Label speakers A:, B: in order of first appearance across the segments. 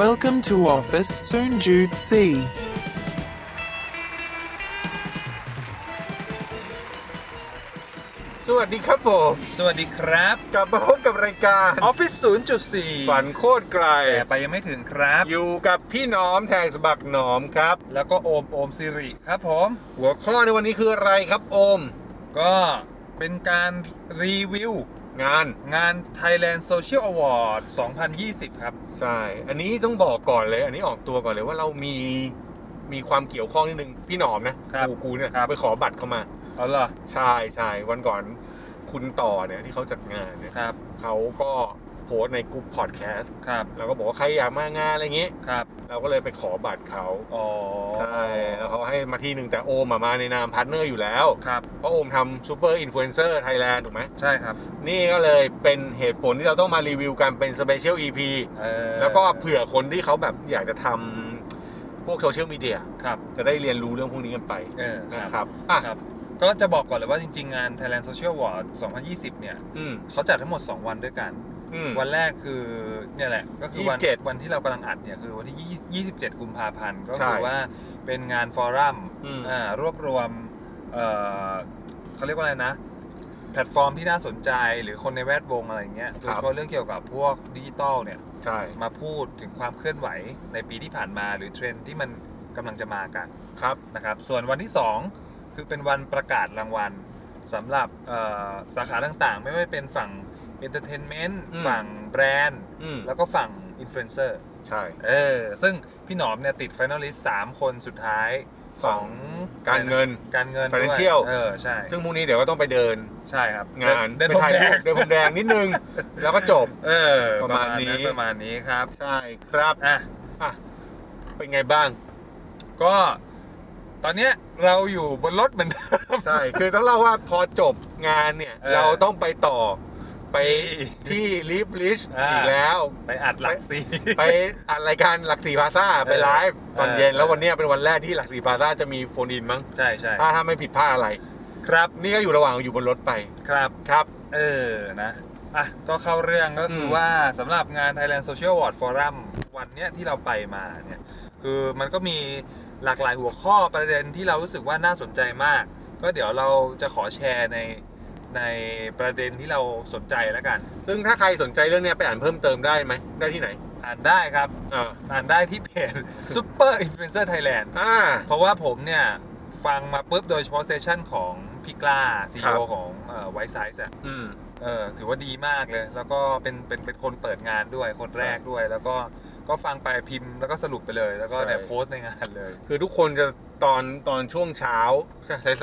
A: Welcome to office soon Jude C.
B: สวัสดีครับผม
C: สวัสดีครับ
B: กลับมาพบกับรายการ
C: ออฟฟิศ0.4
B: ฝันโคตรไกล
C: แต่ไปยังไม่ถึงครับ
B: อยู่กับพี่หน้อมแทงสะบักหนอมครับ
C: แล้วก็โอมโอมสิริครับผม
B: หัวข้อในวันนี้คืออะไรครับโอม
C: ก็เป็นการรีวิว
B: งาน
C: งาน Thailand Social Award 2020 ครับ
B: ใช่ อันนี้ต้องบอกก่อนเลย อันนี้ออกตัวก่อนเลยว่าเรามีมีความเกี่ยวข้องนิดนึงพี่หนอมนะครับ กูกูเนี่ย
C: ครับ
B: ไปขอบัตรเข้ามา
C: เอาล่ะ
B: ใช่ใช่วันก่อนคุณต่อเนี่ยที่เขาจัดงานเนี่ย
C: ครับ
B: เขาก็โพสต์ในกลุ่มพอดแคสต์
C: ครับ
B: แล้วก็บอกว่าใครอยากมางานอะไรเงี้ย
C: ครับ
B: เราก็เลยไปขอบัตรเขา
C: อ๋อ
B: ใช่แล้วเขาให้มาที่หนึ่งแต่โอมอะมาในนามพาร์ทเนอร์อยู่แล้ว
C: ครับ
B: เพราะโอมทำซูเปอร์อินฟลูเอนเซอร์ไทยแลนด์ถูกไหม
C: ใช่ครับ
B: นี่ก็เลยเป็นเหตุผลที่เราต้องมารีวิวกันเป็นสเปเชียล EP
C: เออ
B: แล้วก็เผื่อคนที่เขาแบบอยากจะทำพวกโซเชียลมีเดีย
C: ครับ
B: จะได้เรียนรู้เรื่องพวกนี้กันไป
C: เออ
B: นะค
C: ครับ
B: รับอ่ะ
C: ครับ ก็จะบอกก่อนเลยว่าจริง ๆ งาน Thailand Social Award 2020 เนี่ย
B: อืม
C: เขาจัดทั้งหมด 2 วันด้วยกัน
B: อืม
C: วันแรกคือเนี่ยแหละก็คือวัน
B: 27
C: วันที่เรากำลังอัดเนี่ยคือวันที่ 20 27 กุมภาพันธ์ก็
B: ใช่
C: คือว่าเป็นงานฟอรัม
B: อืม
C: อ่ารวบรวมเอ่อเขาเรียกว่าอะไรนะ แพลตฟอร์มที่น่าสนใจหรือคนในแวดวงอะไรเงี้ยโดยเฉพาะเรื่องเกี่ยวกับพวกดิจิตอลเนี่ย
B: ใช่
C: มาพูดถึงความเคลื่อนไหวในปีที่ผ่านมาหรือเทรนด์ที่มันกำลังจะมากัน
B: ครับ
C: นะครับส่วนวันที่ 2 คือเป็นวันประกาศรางวัลสำหรับเอ่อสาขาต่างๆ ไม่ว่าจะเป็นฝั่งเอนเตอร์เทนเมนต์
B: อืม
C: ฝั่งแบรนด์
B: อืม
C: แล้วก็ฝั่งอินฟลูเอนเซอร์
B: ใช่
C: เออ ซึ่งพี่หนอมเนี่ยติดฟ i น a l ลิสต์สามคนสุดท้ายของ
B: การเงิน
C: การเงินด้วย
B: Financial
C: เออ ใช่
B: ซึ่งพรุ่งนี้เดี๋ยวก็ต้องไปเดิน
C: ใช่ครับ
B: งาน
C: เดิน
B: ไป
C: พรม
B: ถ่าย
C: แด
B: รู
C: ง
B: ปเดินพรมแดงนิดนึง แล้วก็จบ
C: เออ
B: ประมาณนี้
C: ประมาณนี้ครับ
B: ใช่ครับ
C: อ่ะ
B: อ่ะเป็นไงบ้าง
C: ก็ตอนเนี้ยเราอยู่บนรถเหมือนเดิม
B: ใช่ คือต้องเล่าว่าพอจบงานเนี่ย
C: เออ
B: เราต้องไปต่อไป
C: ที่
B: ที่ลิฟลิช
C: อ่า
B: อีกแล้ว
C: ไปอัดหลักสี
B: ไปอัดรายการหลักสี่พลาซ่าไปไลฟ์ตอนเย็น
C: เออ
B: แล้ววันเนี้ยเป็นวันแรกที่หลักสี่พลาซ่าจะมีโฟนอินมั้ง
C: ใช่ใช่
B: ถ้าถ้าไม่ผิดพลาดอะไร
C: ครับ
B: นี่ก็อยู่ระหว่างอยู่บนรถไป
C: ครับ
B: ครับ
C: เออ นะ อ่ะ ก็เข้าเรื่องก็คืออ
B: ม
C: ว่าสำหรับงาน Thailand Social Award Forum วันเนี้ยที่เราไปมาเนี่ย คือมันก็มีหลากหลายหัวข้อประเด็นที่เรารู้สึกว่าน่าสนใจมาก ก็เดี๋ยวเราจะขอแชร์ในในประเด็นที่เราสนใจแล้วกัน
B: ซึ่งถ้าใครสนใจเรื่องเนี้ยไปอ่านเพิ่มเติมได้ไหมได้ที่ไหน
C: อ่านได้ครับ
B: อ่า
C: อ่านได้ที่เพจ Super Influencer Thailand
B: อ่า
C: เพราะว่าผมเนี่ย ฟังมาปุ๊บโดยเฉพาะเซสชั่นของพี่กล้า
B: ค
C: CEO
B: รับ
C: ของไวซ์ไซส์อะ
B: อืม
C: เออถือว่าดีมากเลย แล้วก็เป็นเป็นเป็นคนเปิดงานด้วย คนแรกด้วย แล้วก็ก็ฟังไปพิมพ์แล้วก็สรุปไปเลย แล้วก็เนี่ย
B: ใช่
C: โพสต์ในงานเลย
B: คือทุกคนจะตอนตอนช่วงเช้า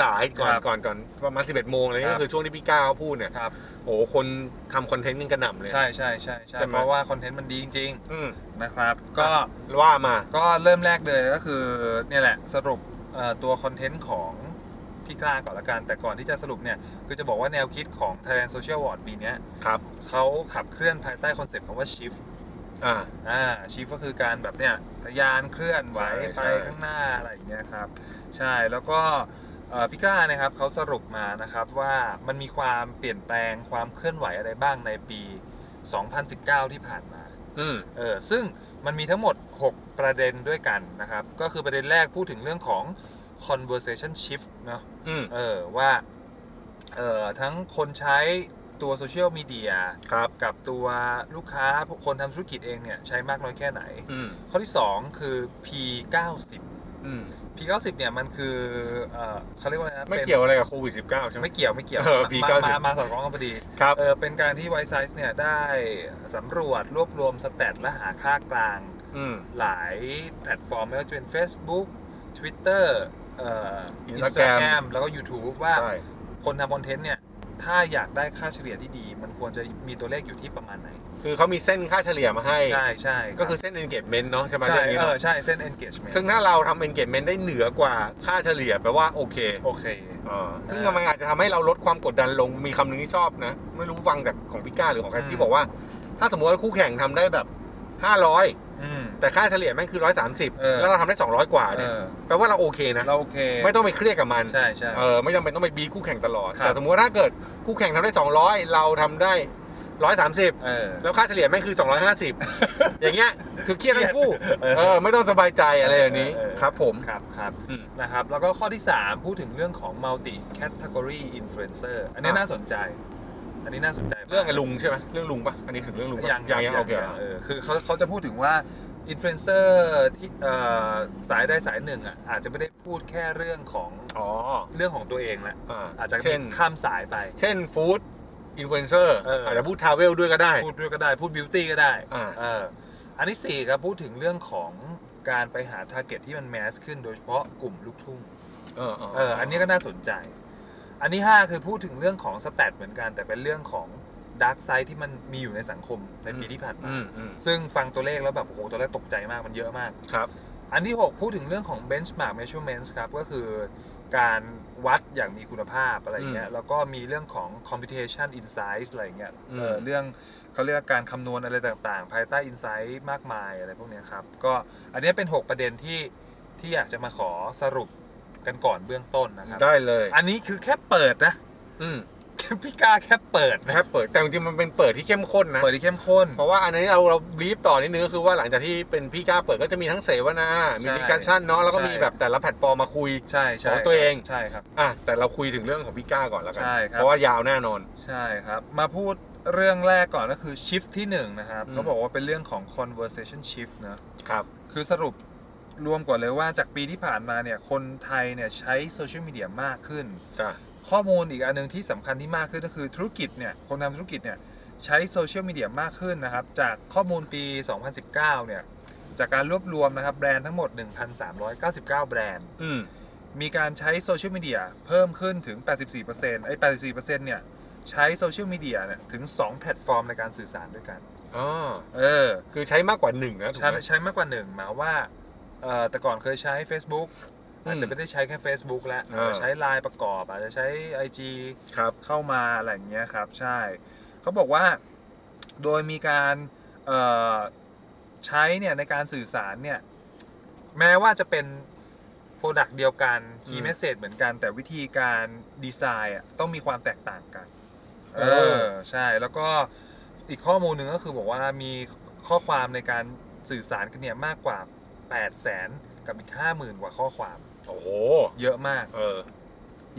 B: สายๆก่อน
C: ครับ
B: ก่อนก่อนประมาณสิบเอ็ดโมงอะไร
C: ครั
B: เงี้
C: บ
B: ยก็คือช่วงที่พี่ก้าวเขาพูดเนี่ย
C: ครับ
B: โอ้โหคนทำคอนเทนต์กันกระหน่ำเลย
C: ใช่ใช่ใช่ใช่
B: ใช่ไหม
C: เพราะว่าคอนเทนต์มันดีจริง
B: อืม
C: ๆ นะครับ ก็
B: ว่ามา
C: ก็เริ่มแรกเลยก็คือเนี่ยแหละสรุปเอ่อตัวคอนเทนต์ของพี่กล้าก่อนละกัน แต่ก่อนที่จะสรุปเนี่ย คือจะบอกว่าแนวคิดของ Thailand Social Award ปีเนี้ย
B: ครับ
C: เขาขับเคลื่อนภายใต้คอนเซปต์คำว่า shift
B: อ่า
C: อ่าชีฟก็คือการแบบเนี่ยทะยานเคลื่อนไหวไป
B: ใช่ใช่
C: ข้างหน้าอะไรอย่างเงี้ยครับ ใช่แล้วก็เอ่อพี่ก้านะครับเขาสรุปมานะครับว่ามันมีความเปลี่ยนแปลงความเคลื่อนไหวอะไรบ้างในปี 2019 ที่ผ่านมา
B: อืม
C: เออซึ่งมันมีทั้งหมด 6 ประเด็นด้วยกันนะครับ ก็คือประเด็นแรกพูดถึงเรื่องของ conversation shift เนาะ
B: อืม
C: เออว่าเออทั้งคนใช้ตัวโซเชียลมีเดีย
B: ครับ
C: กับตัวลูกค้าคนทำธุรกิจเองเนี่ยใช้มากน้อยแค่ไหน
B: อืม
C: ข้อที่ 2 คือ P90
B: อืม
C: P90 เนี่ยมันคือเออเขาเรียกว่าอะไรนะ
B: ไม่
C: ป็น
B: เกี่ยวอะไรกับโควิด -19 ใช่ไหม
C: ไม่เกี่ยวไม่เกี่ยว
B: เออ
C: มา
B: P90
C: มามาสอดคล้องกันพอดี
B: ครับ
C: เออเป็นการที่ไวซ์ไซส์เนี่ยได้สำรวจรวบรวมสแตทและหาค่ากลาง
B: อืม
C: หลายแพลตฟอร์ม ไม่ว่าจะเป็น Facebook Twitter เอ่อ
B: Instagram
C: Instagram แล้วก็ YouTube ว่า
B: ใช่
C: คนทำคอนเทนต์เนี่ยถ้าอยากได้ค่าเฉลี่ยที่ดี มันควรจะมีตัวเลขอยู่ที่ประมาณไหน
B: คือเขามีเส้นค่าเฉลี่ยมาให้
C: ใช่ใช่รับ
B: ก็คือเส้น engagement เนาะใช่ไหม
C: ใช่
B: เรื่องนี้
C: เอ
B: เน
C: อ
B: อะ
C: ใช่เส้น engagement
B: ซึ่งถ้าเราทำ engagement ได้เหนือกว่าค่าเฉลี่ยแปลว่าโอเค
C: โอเค
B: อ่าซึ่งมันอาจจะทำให้เราลดความกดดันลง มีคำหนึ่งที่ชอบนะ ไม่รู้ฟังจากของพี่ก้าหรือของใคร
C: อืม
B: ที่บอกว่า ถ้าสมมติว่าคู่แข่งทำได้แบบ 500
C: อืม
B: แต่ค่าเฉลี่ยแม่งคือ
C: เออ
B: 130 แล้วเราทำได้ 200 กว่า
C: เอ
B: เนี่ย
C: อ
B: แปลว่าเราโอเคนะ
C: เราโอเค
B: ไม่ต้องไปเครียดกับมัน
C: ใช่ใช่
B: เออไม่จำเป็นต้องไปบีคู่แข่งตลอด
C: ครับ
B: แต่สมมติว่าถ้าเกิดคู่แข่งทำได้ 200 เราทำได้ ร้อยสามสิบ
C: เออ
B: แล้วค่าเฉลี่ยแม่งคือ 250 อย่างเงี้ยคือเครียดทั้งคู่
C: เออ
B: เออไม่ต้องสบายใจอะไรแบบนี้
C: เออเออ
B: ครับผม
C: ครับครับ
B: อืม
C: นะครับแล้วก็ข้อที่ 3 พูดถึงเรื่องของ multi category influencer อันนี้
B: อ่ะ
C: น่าสนใจ อันนี้น่าสนใจมาก
B: เรื่องไอ้ลุงใช่ไหมเรื่องลุงปะอันนี้ถึงเรื่องลุงปะ
C: ยัง
B: ยังยังโอเค
C: ยัเออคือเขาเขาจะพูดถึงว่า influencer ที่เอ่อสายใดสายหนึ่งอ่ะอาจจะไม่ได้พูดแค่เรื่องของ
B: อ๋อ
C: เรื่องของตัวเองละ
B: อ่า
C: อาจจะ
B: เช่น
C: ข้ามสายไป
B: เช่นฟู้ดอินฟลูเอนเซอร์
C: เอออ
B: อาจจะพูดทราเวลด้วยก็ได้
C: พูดด้วยก็ได้พูด beauty ก็ได้
B: อ่า
C: เอออันที่สี่ครับพูดถึงเรื่องของการไปหา target ที่มันแมสขึ้นโดยเฉพาะกลุ่มลูกทุ่ง
B: เออ
C: เออ อันนี้ก็น่าสนใจ อันที่5คือพูดถึงเรื่องของสแตทเหมือนกัน แต่เป็นเรื่องของดาร์กไซ e ที่มันมีอยู่ในสังคมในปีที่ผ่านมา
B: อืมอืม
C: ซึ่งฟังตัวเลขแล้วแบบโอ้โหตัวเลขตกใจมากมันเยอะมาก
B: ครับ
C: อันที่ 6 พูดถึงเรื่องของ benchmark measurements ครับ ก็คือการวัดอย่างมีคุณภาพอะไรเงี้ย แล้วก็มีเรื่องของ computation insights อะไรเงี้ย
B: อืม
C: เอ่อเรื่องเขาเรียกว่าการคำนวณอะไรต่างๆ ภายใต้อินไซต์มากมายอะไรพวกเนี้ยครับ ก็อันเนี้ยเป็น 6 ประเด็นที่ที่อยากจะมาขอสรุปกันก่อนเบื้องต้นนะครับ
B: ได้เลย
C: อันนี้คือแค่เปิดนะ
B: อืม
C: พี่กาแค่เปิด
B: นะ
C: นะครับ
B: เปิดแต่จริงๆมันเป็นเปิดที่เข้มข้นนะ
C: เปิดที่เข้มข้น
B: เพราะว่าอันนี้เราเราบีฟต่อนิดนึงก็คือว่าหลังจากที่เป็นพี่กล้าเปิดก็จะมีทั้งเสวนา มี
C: ใช่
B: ดิสคัชชั่นเนาะแล้วก็
C: ใช่
B: มีแบบแต่ละแพลตฟอร์มมาคุย
C: ใช่ใช่
B: ของตัวเอง
C: ใช่ครับ
B: อ่ะแต่เราคุยถึงเรื่องของพี่ก้าก่อนแล้วกั
C: ใช่ครับ
B: เพราะว่ายาวแน่นอน
C: ใช่ครับ มาพูดเรื่องแรกก่อนก็คือชิฟที่หนึ่งนะครับ
B: อืม
C: เขาบอกว่าเป็นเรื่องของ conversation shift นะ
B: ครับ
C: คือสรุปรวมก่อนเลยว่าจากปีที่ผ่านมาเนี่ยคนไทยเนี่ยใช้โซเชียลมีเดียมากขึ้น
B: จ้ะ
C: ข้อมูลอีกอันหนึงที่สำคัญที่มากขึ้นก็คือธุรกิจเนี่ยคนทำธุรกิจเนี่ยใช้โซเชียลมีเดียมากขึ้นนะครับ จากข้อมูลปี 2019 เนี่ยจากการรวบรวมนะครับแบรนด์ทั้งหมด 1,399 แบรนด์
B: อืม
C: มีการใช้โซเชียลมีเดียเพิ่มขึ้นถึง 84%ไอ้ 84%เนี่ยใช้โซเชียลมีเดียเนี่ยถึง 2 แพลตฟอร์มในการสื่อสารด้วยกัน
B: อ๋อ
C: เออ
B: คือใช้มากกว่าหนึ่งนะถูก
C: ใช้
B: ไหม
C: ใช้มากกว่าหนึ่งหมายว่าเอ่อแต่ก่อนเคยใช้ Facebook อาจจะไม่ได้ใช้แค่ Facebook แล้ว
B: อ่า
C: ใช้ Line ประกอบ อาจจะใช้ IG
B: ครับ
C: เข้ามาอะไรอย่างเงี้ยครับ ใช่เขาบอกว่าโดยมีการเอ่อใช้เนี่ยในการสื่อสารเนี่ยแม้ว่าจะเป็นโปรดักต์เดียวกันคี
B: อื
C: ย์
B: ม
C: เมสเซจเหมือนกัน แต่วิธีการดีไซน์อ่ะต้องมีความแตกต่างกัน เอ
B: เออ
C: อใช่แล้วก็อีกข้อมูลหนึ่งก็คือบอกว่ามีข้อความในการสื่อสารกันเนี่ยมากกว่า 8 0 0แสนกับอีก 50,000 กว่าข้อความ
B: โอ้โห
C: เยอะมาก
B: เออ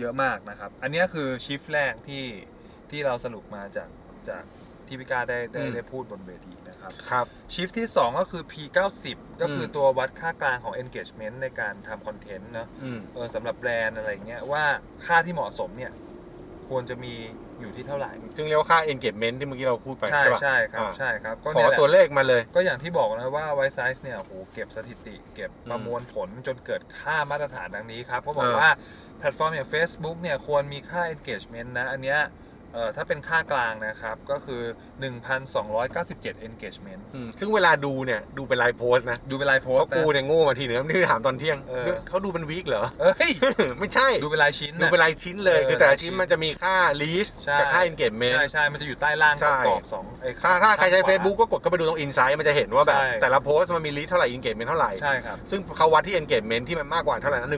C: เยอะมากนะครับ อันเนี้ยคือชิฟแรกที่ที่เราสรุปมาจากจากที่พี่กาได้ได้
B: อืม
C: ได้พูดบนเวทีนะครับ
B: ครับ
C: ชิฟที่ 2 ก็คือ P90 ก็คืออ
B: ม
C: ตัววัดค่ากลางของ engagement ในการทำคอนเทนต์เนาะ
B: อืม
C: เออสำหรับแบรนด์อะไรเงี้ยว่าค่าที่เหมาะสมเนี่ยควรจะมีอยู่ที่เท่าไหร่
B: ซึ่งเรียกว่าค่า engagement ที่เมื่อกี้เราพูดไป
C: ใช่
B: ใช่ปะ
C: ใช่ครับ
B: อ่า
C: ใช่ครับก็
B: ขอ
C: เนี่ยแหละ
B: ตัวเลขมาเลย
C: ก็อย่างที่บอกนะว่าไวซ์ไซส์เนี่ยโอ้โหเก็บสถิติ เก็บประมวลผลจนเกิดค่ามาตรฐานดังนี้ครับเขาบอก
B: อ่า
C: ว่าแพลตฟอร์มอย่าง Facebook เนี่ยควรมีค่า engagement นะ อันเนี้ยเอ่อถ้าเป็นค่ากลางนะครับ ก็คือ 1,297 engagement
B: อืมซึ่งเวลาดูเนี่ย ดูเป็นไลฟ์โพสต์นะ
C: ดูเป็นรายโพ
B: เพ
C: ส
B: ราะ
C: ต์
B: กู
C: นะ
B: เนี่ยโง่มาทีหนึ่งนี่ถามตอนเที่ยง
C: เออ
B: เรื่องเขาดูเป็นวีคเหรอ
C: เอ้ย
B: ไม่ใช่
C: ดูเป็นรายชิ้น
B: ดู
C: นะ
B: เป็นรายชิ้นเลย
C: เออ
B: คือแต่
C: รา
B: ละ
C: ยชิ้
B: ชิ้
C: น
B: นมันจะมีค่า reach
C: ใช่
B: กับค่า engagement
C: ใช่ใช่มันจะอยู่ใต้ล่าง
B: ใช่
C: กรอบๆสองไอ้
B: ถ้าถ้าใครใช้
C: ขว
B: Facebook ก็กดเข้าไปดูตรง insight มันจะเห็นว่าแบบ
C: ใช่
B: แต่ละโพสต์มันมี reach เท่าไหร่ engagement เท่าไหร่
C: ใช่ครับ
B: ซึ่งเขาวัดที่ engagement ที่มันมากกว่าเท่าไหร่นะ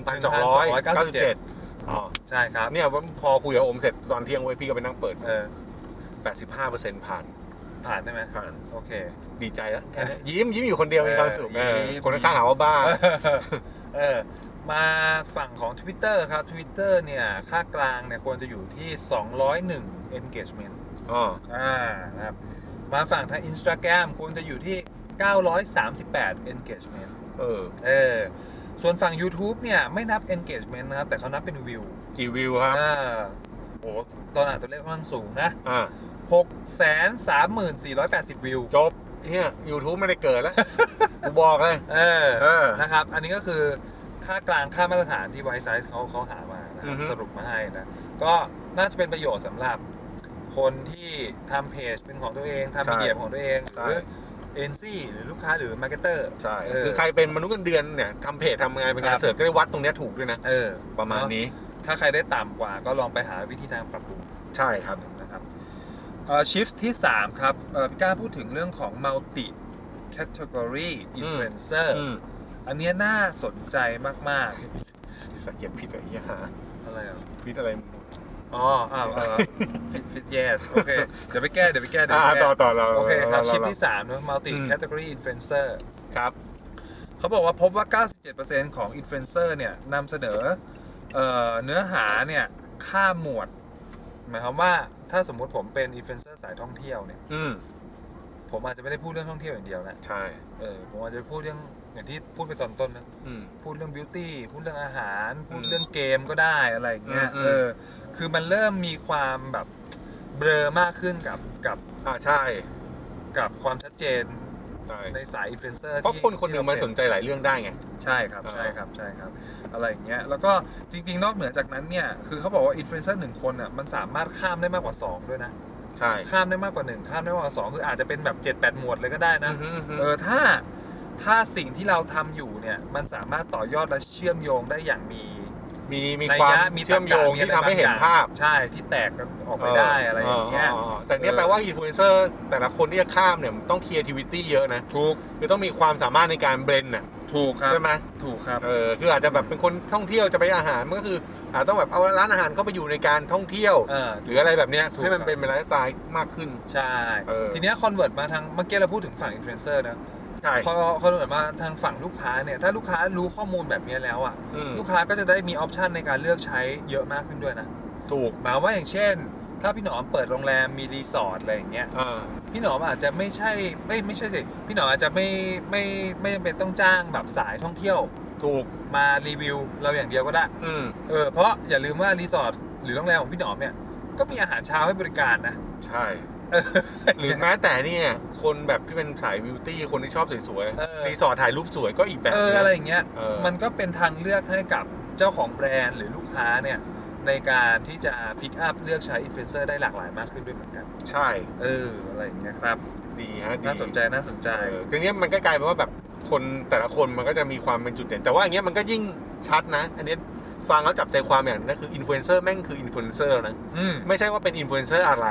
B: 1,297อ๋อ
C: ใช่ครับ
B: เนี่ยพอคุยกับโอมเสร็จตอนเที่ยงเว้ยพี่ก็ไปนั่งเปิด
C: เออ
B: 85%ผ่าน
C: ผ่านได้ไหม
B: ผ่าน
C: โอเค
B: ดีใจ แล้วแค่นั้นยิ้มยิ้มอยู่คนเดียวมีความสุข
C: เอ
B: เอ
C: อ
B: อ
C: ยิ้ม
B: คนข้างๆหาว่าบ้า
C: เออ มาฝั่งของ Twitter ครับ Twitter เนี่ย ค่ากลางเนี่ยควรจะอยู่ที่ 201 engagement
B: อ๋อ
C: อ่านะครับ มาฝั่งทาง Instagram ควรจะอยู่ที่ 938 engagement
B: เออ
C: เออ ส่วนฝั่ง YouTube เนี่ย ไม่นับ engagement นะครับ แต่เขานับเป็นวิว
B: กี่วิวครับ
C: อ่าโอ้โหตอนอ่านตัวเลขค่อนข้างสูงนะ
B: อ่า
C: 634,480 วิว
B: จบเนี่ยยูทูบไม่ได้เกิ ดแล้ว กูบอกเลย
C: เออ
B: เออ
C: นะครับ อันนี้ก็คือค่ากลางค่ามาตรฐานที่ไวซ์ไซส์เขาเขาหามานะค
B: อื
C: รั
B: อบ ฮึ
C: สรุปมาให้นะ ก็น่าจะเป็นประโยชน์สำหรับคนที่ทำเพจเป็นของตัวเองทำมีเดียของตัวเองหรือเอนซี่หรือลูกค้าหรือมาร์เก็ตเตอร์
B: ใช่
C: เออ
B: คือใครเป็นมนุษย์เงินเดือนเนี่ยทำเพจทำงานเป็น
C: ค
B: งา
C: รั
B: น
C: บ
B: เสริมก็ได้วัดตรงเนี้ยถูกด้วยนะ
C: เออ
B: ประมาณนี้
C: ถ้าใครได้ต่ำกว่าก็ลองไปหาวิธีทางปรับปรุง
B: ใช่ครับ
C: นะครับชิฟที่ 3 ครับเอ่อพี่ก้าพูดถึงเรื่องของ multi category influencer
B: อืม
C: อันเนี้ยน่าสนใจมาก
B: สังเกตผิดอะไรเงี้ยฮะ
C: ๆอะไรอ่ะ
B: ผิดอะไรมึง
C: อ๋ออ้าวเออ fit fit yes โอเค เดี๋ยวไปแก้ เดี๋ยวไปแก้เดี๋ยว
B: อ่า
C: ไปแก้
B: ต่อต่อเรา
C: โอเคครับ
B: าา
C: ชิปที่
B: เรา
C: สามนะ multi
B: อืม
C: category influencer
B: ครับ
C: เขาบอกว่าพบว่า 97%ของอินฟลูเอนเซอร์เนี่ยนำเสนอเอ่อเนื้อหาเนี่ยข้ามหมวด หมายความว่าถ้าสมมุติผมเป็นอินฟลูเอนเซอร์สายท่องเที่ยวเนี่ย
B: อืม
C: ผมอาจจะไม่ได้พูดเรื่องท่องเที่ยวอย่างเดียวนะ
B: ใช่
C: เออผมอาจจะพูดเรื่องอย่างที่พูดไปตอนต้นนะ
B: อืม
C: พูดเรื่องบิวตี้พูดเรื่องอาหาร พูด
B: อืม
C: เรื่องเกมก็ได้อะไรอย่างเงี้ย
B: อืมอืม
C: เออคือมันเริ่มมีความแบบเบลอมากขึ้นกับกับ
B: อ่าใช่
C: กับความชัดเจน
B: ใช่
C: ในสายอินฟลูเอนเซอร์
B: เพราะ
C: ที่
B: คนคนหนึ่งมันสนใจหลายเรื่องได้ไง
C: ใช่ครับ
B: อ่า
C: ใช่ครับใช่ครับ อะไรอย่างเงี้ยแล้วก็จริง ๆ นอกเหนือจากนั้นเนี่ย คือเขาบอกว่าอินฟลูเอนเซอร์หนึ่งคนอ่ะมันสามารถข้ามได้มากกว่า 2 ด้วยนะ
B: ใช่
C: ข้ามได้มากกว่า 1 ข้ามได้มากกว่า 2 คืออาจจะเป็นแบบ7จ็ดแปดหมวดเลยก็ได้นะ
B: อืมอืม
C: เออถ้าถ้าสิ่งที่เราทำอยู่เนี่ย มันสามารถต่อยอดและเชื่อมโยงได้อย่างมี
B: มีมี
C: นัย
B: ความ
C: ยะมี
B: เชื่อมโยง
C: ตรรกะ
B: ที่ทำให้เห็นภาพ
C: ใช่ที่แตกกันออกไปได้อะไรอย่างเงี้ย
B: ออแต่เนี่ย
C: เออ
B: แปลว่าอินฟลูเอนเซอร์แต่ละคนที่จะข้ามเนี่ยมันต้อง creativity เยอะนะ
C: ถูก
B: คือต้องมีความสามารถในการเบรนน่ะ
C: ถูกครับ
B: ใช่ไหม
C: ถูกครับ
B: เออคืออาจจะแบบเป็นคนท่องเที่ยวจะไปอาหารมันก็คืออาจต้องแบบเอาร้านอาหารเข้าไปอยู่ในการท่องเที่ยว
C: เออ
B: หรืออะไรแบบเนี้ย
C: ถูก
B: ให้มันเป็นเป็นไลฟ์สไตล์มากขึ้น
C: ใช่
B: เออ
C: ทีเนี้ยคอนเวิร์ตมาทางเมื่อกี้เราพูดถึงฝั่งอินฟลูเอนเซอร์นะ
B: ใช่
C: พอคอนเวิร์ตมาทางฝั่งลูกค้าเนี่ย ถ้าลูกค้ารู้ข้อมูลแบบเนี้ยแล้วอ่ะ
B: อืม
C: ลูกค้าก็จะได้มีออปชันในการเลือกใช้เยอะมากขึ้นด้วยนะ
B: ถูก
C: หมายว่าอย่างเช่น ถ้าพี่หนอมเปิดโรงแรมมีรีสอร์ทอะไรอย่างเงี้ย
B: อ่า
C: พี่หนอมอาจจะไม่ใช่ไม่ไม่ใช่สิพี่หนอมอาจจะไม่ไม่ไม่จำเป็นต้องจ้างแบบสายท่องเที่ยว
B: ถูก
C: มารีวิวเราอย่างเดียวก็ได้
B: อืม
C: เออเพราะอย่าลืมว่ารีสอร์ทหรือโรงแรมของพี่หนอมเนี่ยก็มีอาหารเช้าให้บริการนะ
B: ใช่
C: เออ
B: หรือแม้แต่เนี่ยคนแบบที่เป็นสายบิวตี้คนที่ชอบสวย
C: เออ
B: รีสอร์ทถ่ายรูปสวยก็อีกแบบ
C: เออ
B: หนึ่ง
C: อะไรอย่างเงี้ย
B: เออ
C: มันก็เป็นทางเลือกให้กับเจ้าของแบรนด์หรือลูกค้าเนี่ยในการที่จะพิกอัพเลือกใช้อินฟลูเอนเซอร์ได้หลากหลายมากขึ้นด้วยเหมือนกัน
B: ใช่
C: เอออะไรอย่างเงี้ยครับ
B: ดีฮะดี
C: น่าสนใจน่าสนใจ
B: เออคือเนี้ยมันก็กลายเป็นว่าแบบคนแต่ละคนมันก็จะมีความเป็นจุดเด่น แต่ว่าอย่างเงี้ยมันก็ยิ่งชัดนะ อันเนี้ยฟังแล้วจับใจความอย่างนั้นคืออินฟลูเอนเซอร์แม่งคืออินฟลูเอนเซอร์นะ
C: อืม
B: ไม่ใช่ว่าเป็นอินฟลูเอนเซอร์อะไร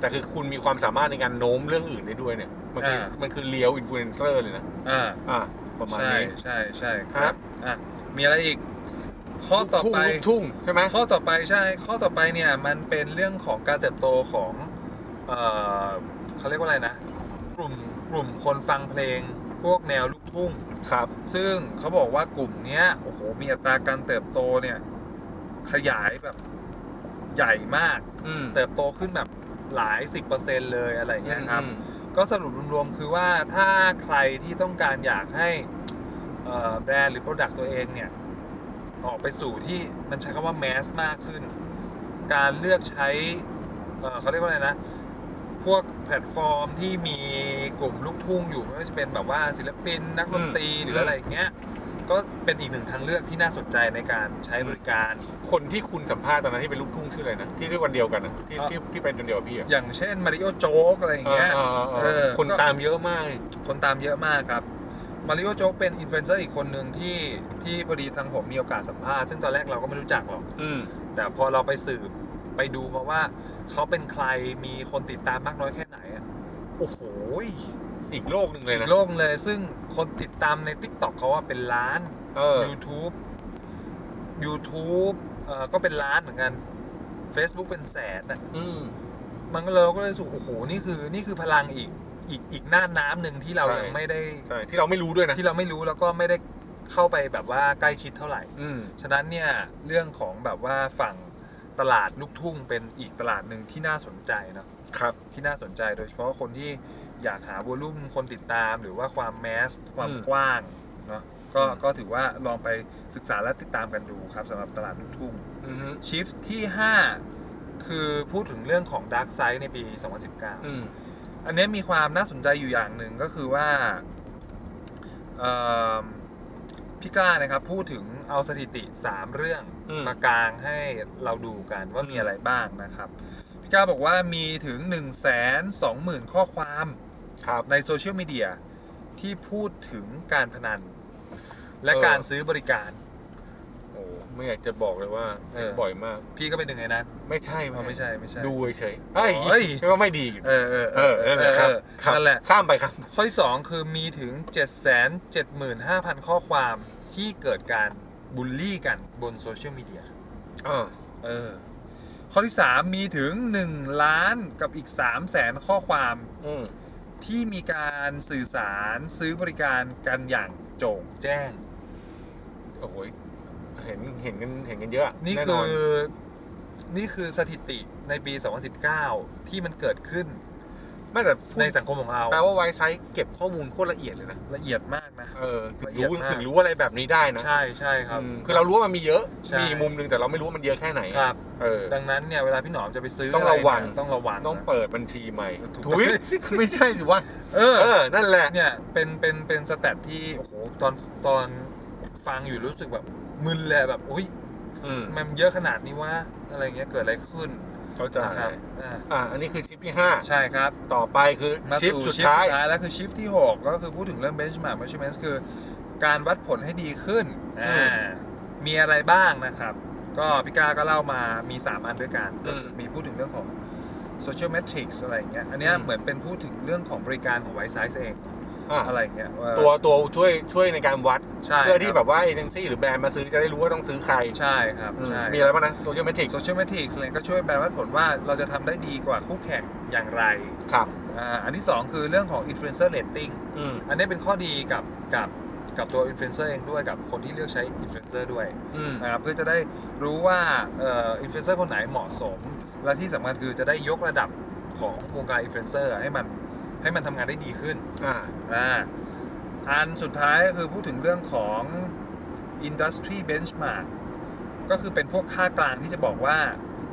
B: แต่คือคุณมีความสามารถในการโน้มเรื่องอื่นได้ด้วยเนี่ย มันคือ
C: อ่ามั
B: มันคือเลี้ยวอินฟลูเอนเซอร์เลยนะ
C: อ่า
B: อ่า ประมาณ
C: ใช่
B: นี้
C: ใช่ใช่ค
B: ครั
C: รับบ อ่ะมีอะไรอีก ข้อต่อ
B: ทุ่ง
C: ไป
B: ลูกทุ่งใช่ไหม
C: ข้อต่อไปใช่ข้อต่อไปเนี่ยมันเป็นเรื่องของการเติบโตของเอ่อเขาเรียกว่าอะไรนะ กลุ่มกลุ่มคนฟังเพลงพวกแนวลูกทุ่ง
B: ครับ
C: ซึ่งเขาบอกว่ากลุ่มเนี้ยโอ้โหมีอัตราการเติบโตเนี่ยขยายแบบใหญ่มาก
B: อืม
C: เติบโตขึ้นแบบหลาย 10%เลยอะไรอย่างเงี้ยครับ
B: อืม
C: ก็สรุปรวมๆคือว่าถ้าใครที่ต้องการอยากให้เอ่อแบรนด์หรือ Product ตัวเองเนี่ย ออกไปสู่ที่มันใช้คำว่าแมสมากขึ้น การเลือกใช้เอ่อเขาเรียกว่าอะไรนะ พวกแพลตฟอร์มที่มีกลุ่มลูกทุ่งอยู่ไม่ว่าจะเป็นแบบว่าศิลปินนักดนตรีหรืออะไรอย่างเงี้ยก็เป็นอีกหนึ่งทางเลือกที่น่าสนใจในการใช้บริการ
B: คนที่คุณสัมภาษณ์ตอนนั้นที่เป็นลูกทุ่งชื่ออะไรนะ ที่ที่วันเดียวกันนะที่
C: อ่ะ
B: ที่ที่เป็นคนเดียวกับพี่อะ
C: อย่างเช่นมาริโอโจ๊กอะไรอย่างเงี้ย
B: อ่าอ่าอ่า
C: เออ
B: คนตามเยอะมากเลย
C: คนตามเยอะมากครับ มาริโอโจ๊กเป็นอินฟลูเอนเซอร์อีกคนหนึ่งที่ที่พอดีทางผมมีโอกาสสัมภาษณ์ซึ่งตอนแรกเราก็ไม่รู้จักหรอก
B: อืม
C: แต่พอเราไปสืบไปดูมาว่า เขาเป็นใครมีคนติดตามมากน้อยแค่ไหนอะโอ้โหย
B: อีกโลกหนึ่งเลยนะ
C: โล่งเลยซึ่งคนติดตามใน t ิ k t o k เขาว่าเป็นล้าน
B: เออ
C: YouTube YouTube เอ่อก็เป็นล้านเหมือนกัน Facebook เป็นแสนอะ
B: อืม
C: มันก็เลยเราก็เลยรู้สูโอ้โหนี่คือนี่คือพลังอีกอีกอีกหน้าน้ำหนึ่งที่เรา
B: ใช่
C: ยังไม่ได้
B: ใช่ ที่เราไม่รู้ด้วยนะ
C: ที่เราไม่รู้แล้วก็ไม่ได้เข้าไปแบบว่าใกล้ชิดเท่าไหร่
B: อืม
C: ฉะนั้นเนี่ยเรื่องของแบบว่าฝั่งตลาดลูกทุ่งเป็นอีกตลาดหนึ่งที่น่าสนใจเนาะ
B: ครับ
C: ที่น่าสนใจโดยเฉพาะคนที่อยากหาวอลลุ่มคนติดตามหรือว่าความแมสความ
B: อืม
C: กว้างเนาะก็
B: อืม
C: ก็ถือว่าลองไปศึกษาและติดตามกันดูครับสำหรับตลาดลูกทุ่ง
B: อืม
C: ชิฟที่ 5 คือพูดถึงเรื่องของดาร์กไซ e ์ในปี 2019
B: อืม
C: อันเนี้ยมีความน่าสนใจอยู่อย่างหนึ่งก็คือว่าเอิ่มพี่กล้านะครับพูดถึงเอาสถิติ 3 เรื่อง
B: อืม
C: มากลางให้เราดูกันว่ามีอะไรบ้างนะครับ พี่กล้าบอกว่ามีถึง 1 2 0 0 0 0 ข้อความ
B: ครับ
C: ในโซเชียลมีเดียที่พูดถึงการพนัน และ
B: เออ
C: การซื้อบริการ
B: โอ้ไม่อยากจะบอกเลยว่า
C: เออ
B: บ่อยมาก
C: พี่ก็เป็นหนึ่งในนั้น
B: ไม่ใช่
C: อ๋อไม่ใช่ไม่ใช่
B: ดูเฉยๆเอ้ย
C: เอ้ย
B: ก็ไม่ดี
C: เออเออ
B: เออนั่นแหละครับ
C: เออ
B: ครับ
C: นั่นแหละ
B: ข้ามไปครับ
C: ข้อที่สองคือมีถึง 7 7 5 0 0 0 ข้อความที่เกิดการบูลลี่กันบนโซเชียลมีเดีย
B: เออ
C: เออ ข้อที่ 3 มีถึง 1 ล้านกับอีก 3 0 0แสนข้อความ
B: อืม
C: ที่มีการสื่อสารซื้อบริการกันอย่างโจ่งแจ้ง
B: โอ้โหเห็นเห็นกันเห็นกันเยอะ
C: นี่
B: แ
C: คือนี่คือสถิติในปี 2019 ที่มันเกิดขึ้น
B: ไม่แต่
C: ใน
B: ใน
C: สังคมของเรา
B: แปลว่าไวซ์ไซต์เก็บข้อมูลโคตรละเอียดเลยนะ
C: ละเอียดมากนะ
B: เออถึง
C: ละเอียด
B: รู้
C: มาก
B: ถึงรู้อะไรแบบนี้ได้นะ
C: ใช่ใช่ครับ
B: อืมคือเรารู้ว่ามันมีเยอะ
C: ใช่
B: มีมุมหนึงแต่เราไม่รู้ว่ามันเยอะแค่ไหน
C: ครับ
B: เออ
C: ดังนั้นเนี่ยเวลาพี่หนอมจะไปซื้อ
B: ต้องระวัง
C: ไเนี่ยต้องระวัง
B: ต้อง
C: นะ
B: เปิดบัญชีใหม่
C: ถูก
B: ถุย ไม่ใช่สิว่า
C: เออ
B: เออ นั่นแหละ
C: เนี่ยเป็นเป็นเป็นสแตทที่โอ้โหตอนตอนฟังอยู่รู้สึกแบบมึนเลยแบบอุ้ย
B: อืม
C: มันเยอะขนาดนี้วะอะไรเงี้ยเกิดอะไรขึ้น
B: เข้าใจ
C: นะครับอ่า
B: อ่าอันนี้คือชิปที่ห้า
C: ใช่ครับ
B: ต่อไปคือ
C: มา
B: ชิป
C: สู่
B: สุด
C: ชิป
B: ท้าย
C: สุดท้ายแล้วคือชิปที่ 6 ก็คือพูดถึงเรื่อง benchmark measurement คือการวัดผลให้ดีขึ้นอ่า
B: อืม
C: มีอะไรบ้างนะครับ ก็พี่ก้าก็เล่ามามี 3 อันด้วยกัน
B: อืม
C: มีพูดถึงเรื่องของ social metrics อะไรอย่างเงี้ยอันเนี้ย
B: อืม
C: เหมือนเป็นพูดถึงเรื่องของบริการของไวซ์ไซส์เอง
B: อ่ะ
C: อะไรอย่างเงี้ยา
B: ตัวตัวช่วยช่วยในการวัด
C: ใช่
B: เพื่อที่
C: ค
B: แบ
C: รับบ
B: ว่าเอเจนซี่หรือแบรนด์มาซื้อจะได้รู้ว่าต้องซื้อใคร
C: ใช่ครับ
B: อืม
C: ใช่
B: มีอะไรบ้างนะตัวยูเมทริก
C: โซเชียลเมทริกส์อะไรก็ช่วยแปลวัดผลว่าเราจะทำได้ดีกว่าคู่แข่งอย่างไร
B: ครับ
C: อ่าอันที่ 2 คือเรื่องของ influencer rating
B: อืม
C: อันนี้เป็นข้อดีกับกับกับตัวอินฟลูเอนเซอร์เองด้วยกับคนที่เลือกใช้อินฟลูเอนเซอร์ด้วย
B: อืม
C: นะครับเพื่อจะได้รู้ว่าเอ่ออินฟลูเอนเซอร์คนไหนเหมาะสม และที่สำคัญคือจะได้ยกระดับของวงการอินฟลูเอนเซอร์ให้มันให้มันทำงานได้ดีขึ้น
B: อ่า
C: อ่าอันสุดท้ายก็คือพูดถึงเรื่องของ Industry Benchmark ก็คือเป็นพวกค่ากลางที่จะบอกว่า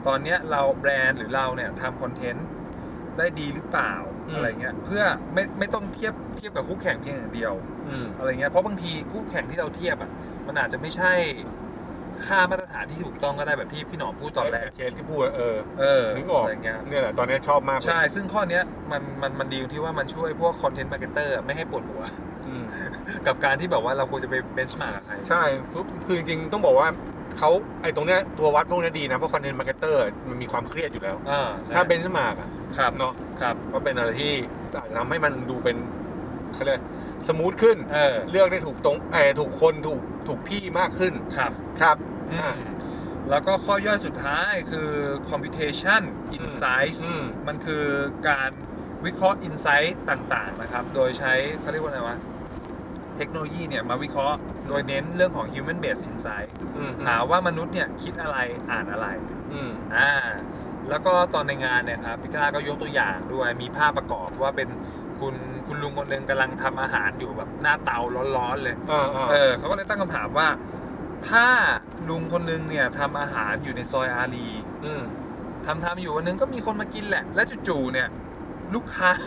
C: ตอนเนี้ยเราแบรนด์หรือเราเนี่ยทำคอนเทนต์ได้ดีหรือเปล่าอะไรเงี้ยเพื่อไม่ไม่ต้องเทียบเทียบกับคู่แข่งเพียงอย่างเดียว
B: อืม
C: อะไรเงี้ย เพราะบางทีคู่แข่งที่เราเทียบอ่ะ มันอาจจะไม่ใช่ค่ามาตรฐานที่ถูกต้องก็ได้แบบที่พี่หนอมพูดตอนแรก
B: เคสที่พูดเออ
C: เออ
B: นึกออก
C: ไรเงี้ย
B: เนี่ยแหละตอนนี้ชอบมากเลย
C: ใช่ ซึ่งข้อเนี้ยมันมันมันดีตรงที่ว่ามันช่วยพวกคอนเทนต์มาร์เก็ตเตอร์ไม่ให้ปวดหัว
B: อืม
C: กับการที่แบบว่าเราควรจะไปเบนช์มาร์กใคร
B: ใช่ปุ๊บคือจริงๆ ต้องบอกว่าเขาไอ้ตรงเนี้ยตัววัดพวกเนี้ยดีนะ เพราะคอนเทนต์มาร์เก็ตเตอร์มันมีความเครียดอยู่แล้ว
C: อ่า
B: ถ้าเบนช์มาร์กอะ
C: ครับ
B: เนาะ
C: ครับ
B: ก็เป็นอะไรที่อาจจะทำให้มันดูเป็นเขาเรียกสมูทขึ้น
C: เออ
B: เลือกได้ถูกตรงเออถูกคนถูกถูกที่มากขึ้น
C: ครับ
B: ครับ
C: อืมแล้วก็ข้อย่อยสุดท้ายคือ computation insights
B: อืม
C: มันคือการวิเคราะห์อินไซต์ต่างๆนะครับ โดยใช้เขาเรียกว่าอะไรวะ เทคโนโลยีเนี่ยมาวิเคราะห์ โดยเน้นเรื่องของ human based insight
B: อืม
C: หาว่ามนุษย์เนี่ยคิดอะไรอ่านอะไร
B: อืม
C: อ่า แล้วก็ตอนในงานเนี่ยครับพี่กล้าก็ยกตัวอย่างด้วย มีภาพประกอบว่าเป็นคุณคุณลุงคนหนึ่งกำลังทำอาหารอยู่แบบหน้าเตาร้อนๆเลย
B: อ่าอ่า
C: เออเขาก็เลยตั้งคำถามว่า ถ้าลุงคนหนึงเนี่ยทำอาหารอยู่ในซอยอารี
B: อืม
C: ทำทำๆอยู่วันหนึงก็มีคนมากินแหละ และจู่ๆเนี่ย ลูกค้า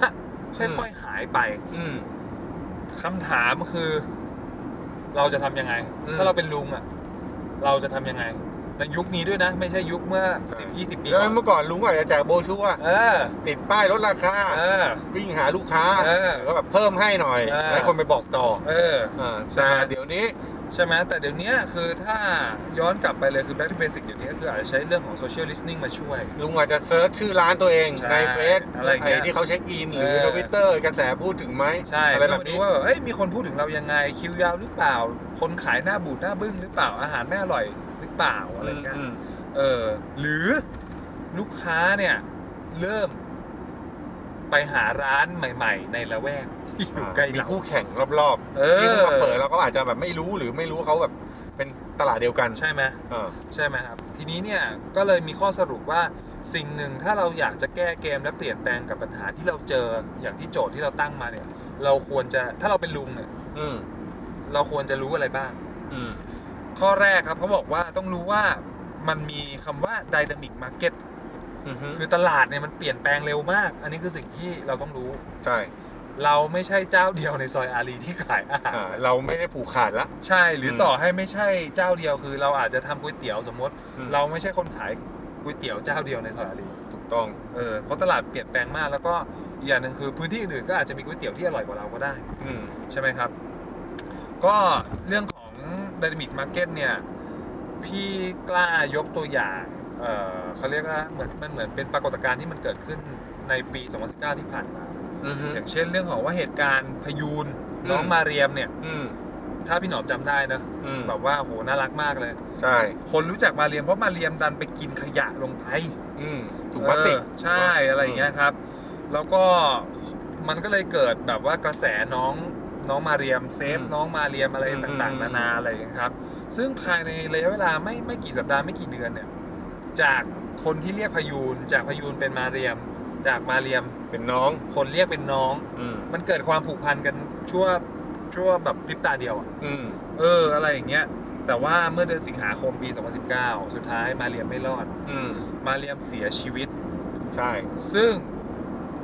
B: อืม
C: ค่อยๆหายไป
B: อืม
C: คำถามคือ เราจะทำยังไง
B: อืม
C: ถ้าเราเป็นลุงอ่ะ เราจะทำยังไงในยุคนี้ด้วยนะ ไม่ใช่ยุคเมื่อสิบยี่สิบปี
B: แล้
C: ก่
B: ว
C: อน
B: เมื่อก่อนลุงก็อาจจะแจกโบรชัวร์
C: เออ
B: ติดป้ายลดราคา
C: เออ
B: วิ่งหาลูกค้า
C: เออ
B: แล้วก็แบบเพิ่มให้หน่อย
C: เออ
B: ให้คนไปบอกต่อ
C: เออ
B: อ่าแต่เดี๋ยวนี้
C: ใช่ไหมแต่เดี๋ยวเนี้ยคือถ้าย้อนกลับไปเลยคือ back to basic เดี๋ยวนี้ก็คืออาจจะใช้เรื่องของ social listening มาช่วย
B: ลุงอาจจะเซิร์ชชื่อร้านตัวเอง
C: ใช่
B: ในเฟซ
C: อะไรอย่างเงี้ย
B: ที่เขาเช็คอิน หรือ
C: เออ
B: ทวิตเตอร์กระแสพูดถึงไหม
C: ใช่
B: อะไรแบบนี้
C: ก็มาดูว่าแบบเอ้ยมีคนพูดถึงเรายังไงคิวยาวหรือเปล่า คนขายหน้าบูดหน้าบึ้งหรือเปล่าอาหารไม่อร่อยหรือเปล่าอะไรอย่างเงี้ย
B: อืม
C: เออหรือลูกค้าเนี่ย เริ่มไปหาร้านใหม่ ๆ ในละแวกที่อยู่ใกล้
B: มี
C: เรา
B: คู่แข่งรอบ
C: เอ
B: ๆที่
C: อ
B: เขามาเปิดเราก็อาจจะแบบไม่รู้หรือไม่รู้เขาแบบเป็นตลาดเดียวกัน
C: ใช่ไหม
B: เออ
C: ใช่ไหมครับ ทีนี้เนี่ยก็เลยมีข้อสรุปว่าสิ่งหนึ่งถ้าเราอยากจะแก้เกมและเปลี่ยนแปลงกับปัญหาที่เราเจออย่างที่โจทย์ที่เราตั้งมาเนี่ย เราควรจะถ้าเราเป็นลุงเนี่ย
B: อืม
C: เราควรจะรู้อะไรบ้าง
B: อืม
C: ข้อแรกครับเขาบอกว่าต้องรู้ว่ามันมีคำว่า dynamic market
B: อือฮึ
C: คือตลาดเนี่ยมันเปลี่ยนแปลงเร็วมาก อันนี้คือสิ่งที่เราต้องรู้
B: ใช่
C: เราไม่ใช่เจ้าเดียวในซอยอารีที่ขายอาหาร
B: อ่าเราไม่ได้ผูกขาดละ
C: ใช่หรืออ
B: ม
C: ต่อให้ไม่ใช่เจ้าเดียวคือ เราอาจจะทำก๋วยเตี๋ยวสมมติ
B: อืม
C: เราไม่ใช่คนขายก๋วยเตี๋ยวเจ้าเดียวในซอยอารี
B: ถูกต้อง
C: เออเพราะตลาดเปลี่ยนแปลงมากแล้วก็อีกอย่างหนึ่งคือพื้นที่อื่นๆก็อาจจะมีก๋วยเตี๋ยวที่อร่อยกว่าเราก็ได้
B: อืม
C: ใช่ไหมครับ ก็เรื่องของ Dynamic Market เนี่ย พี่กล้ายกตัวอย่าง เอ่อเขาเรียกว่าเหมือนมันเหมือนเป็นปรากฏการณ์ที่มันเกิดขึ้นในปี 2019 ที่ผ่านมา
B: อือฮึ
C: อย่างเช่นเรื่องของว่าเหตุการณ์พยูน
B: อืม
C: น้องมาเรียมเนี่ย
B: อืม
C: ถ้าพี่หนอมจำได้นะ
B: อืม
C: แบบว่าโอ้โหน่ารักมากเลย
B: ใช่
C: คนรู้จักมาเรียมเพราะมาเรียมดันไปกินขยะลงไป
B: อืมถุงพลาสติก
C: เออใช่อะไรอย่างเงี้ยครับ แล้วก็มันก็เลยเกิดแบบว่ากระแสน้องน้องมาเรียมเซฟน้องมาเรียมอะไรต่างๆ นานาอะไรอย่างเงี้ยครับ ซึ่งภายในระยะเวลาไม่ไม่กี่สัปดาห์ไม่กี่เดือนเนี่ย จากคนที่เรียกพายูนจากพายูนเป็นมาเรียม จากมาเรียม
B: เป็นน้อง
C: คนเรียกเป็นน้อง
B: อืม
C: มันเกิดความผูกพันกันชั่วชั่วแบบพริบตาเดียวอะ
B: อืม
C: เอออะไรอย่างเงี้ย แต่ว่าเมื่อเดือนสิงหาคมปี 2019 สุดท้ายมาเรียมไม่รอด
B: อืม
C: มาเรียมเสียชีวิต
B: ใช่
C: ซึ่ง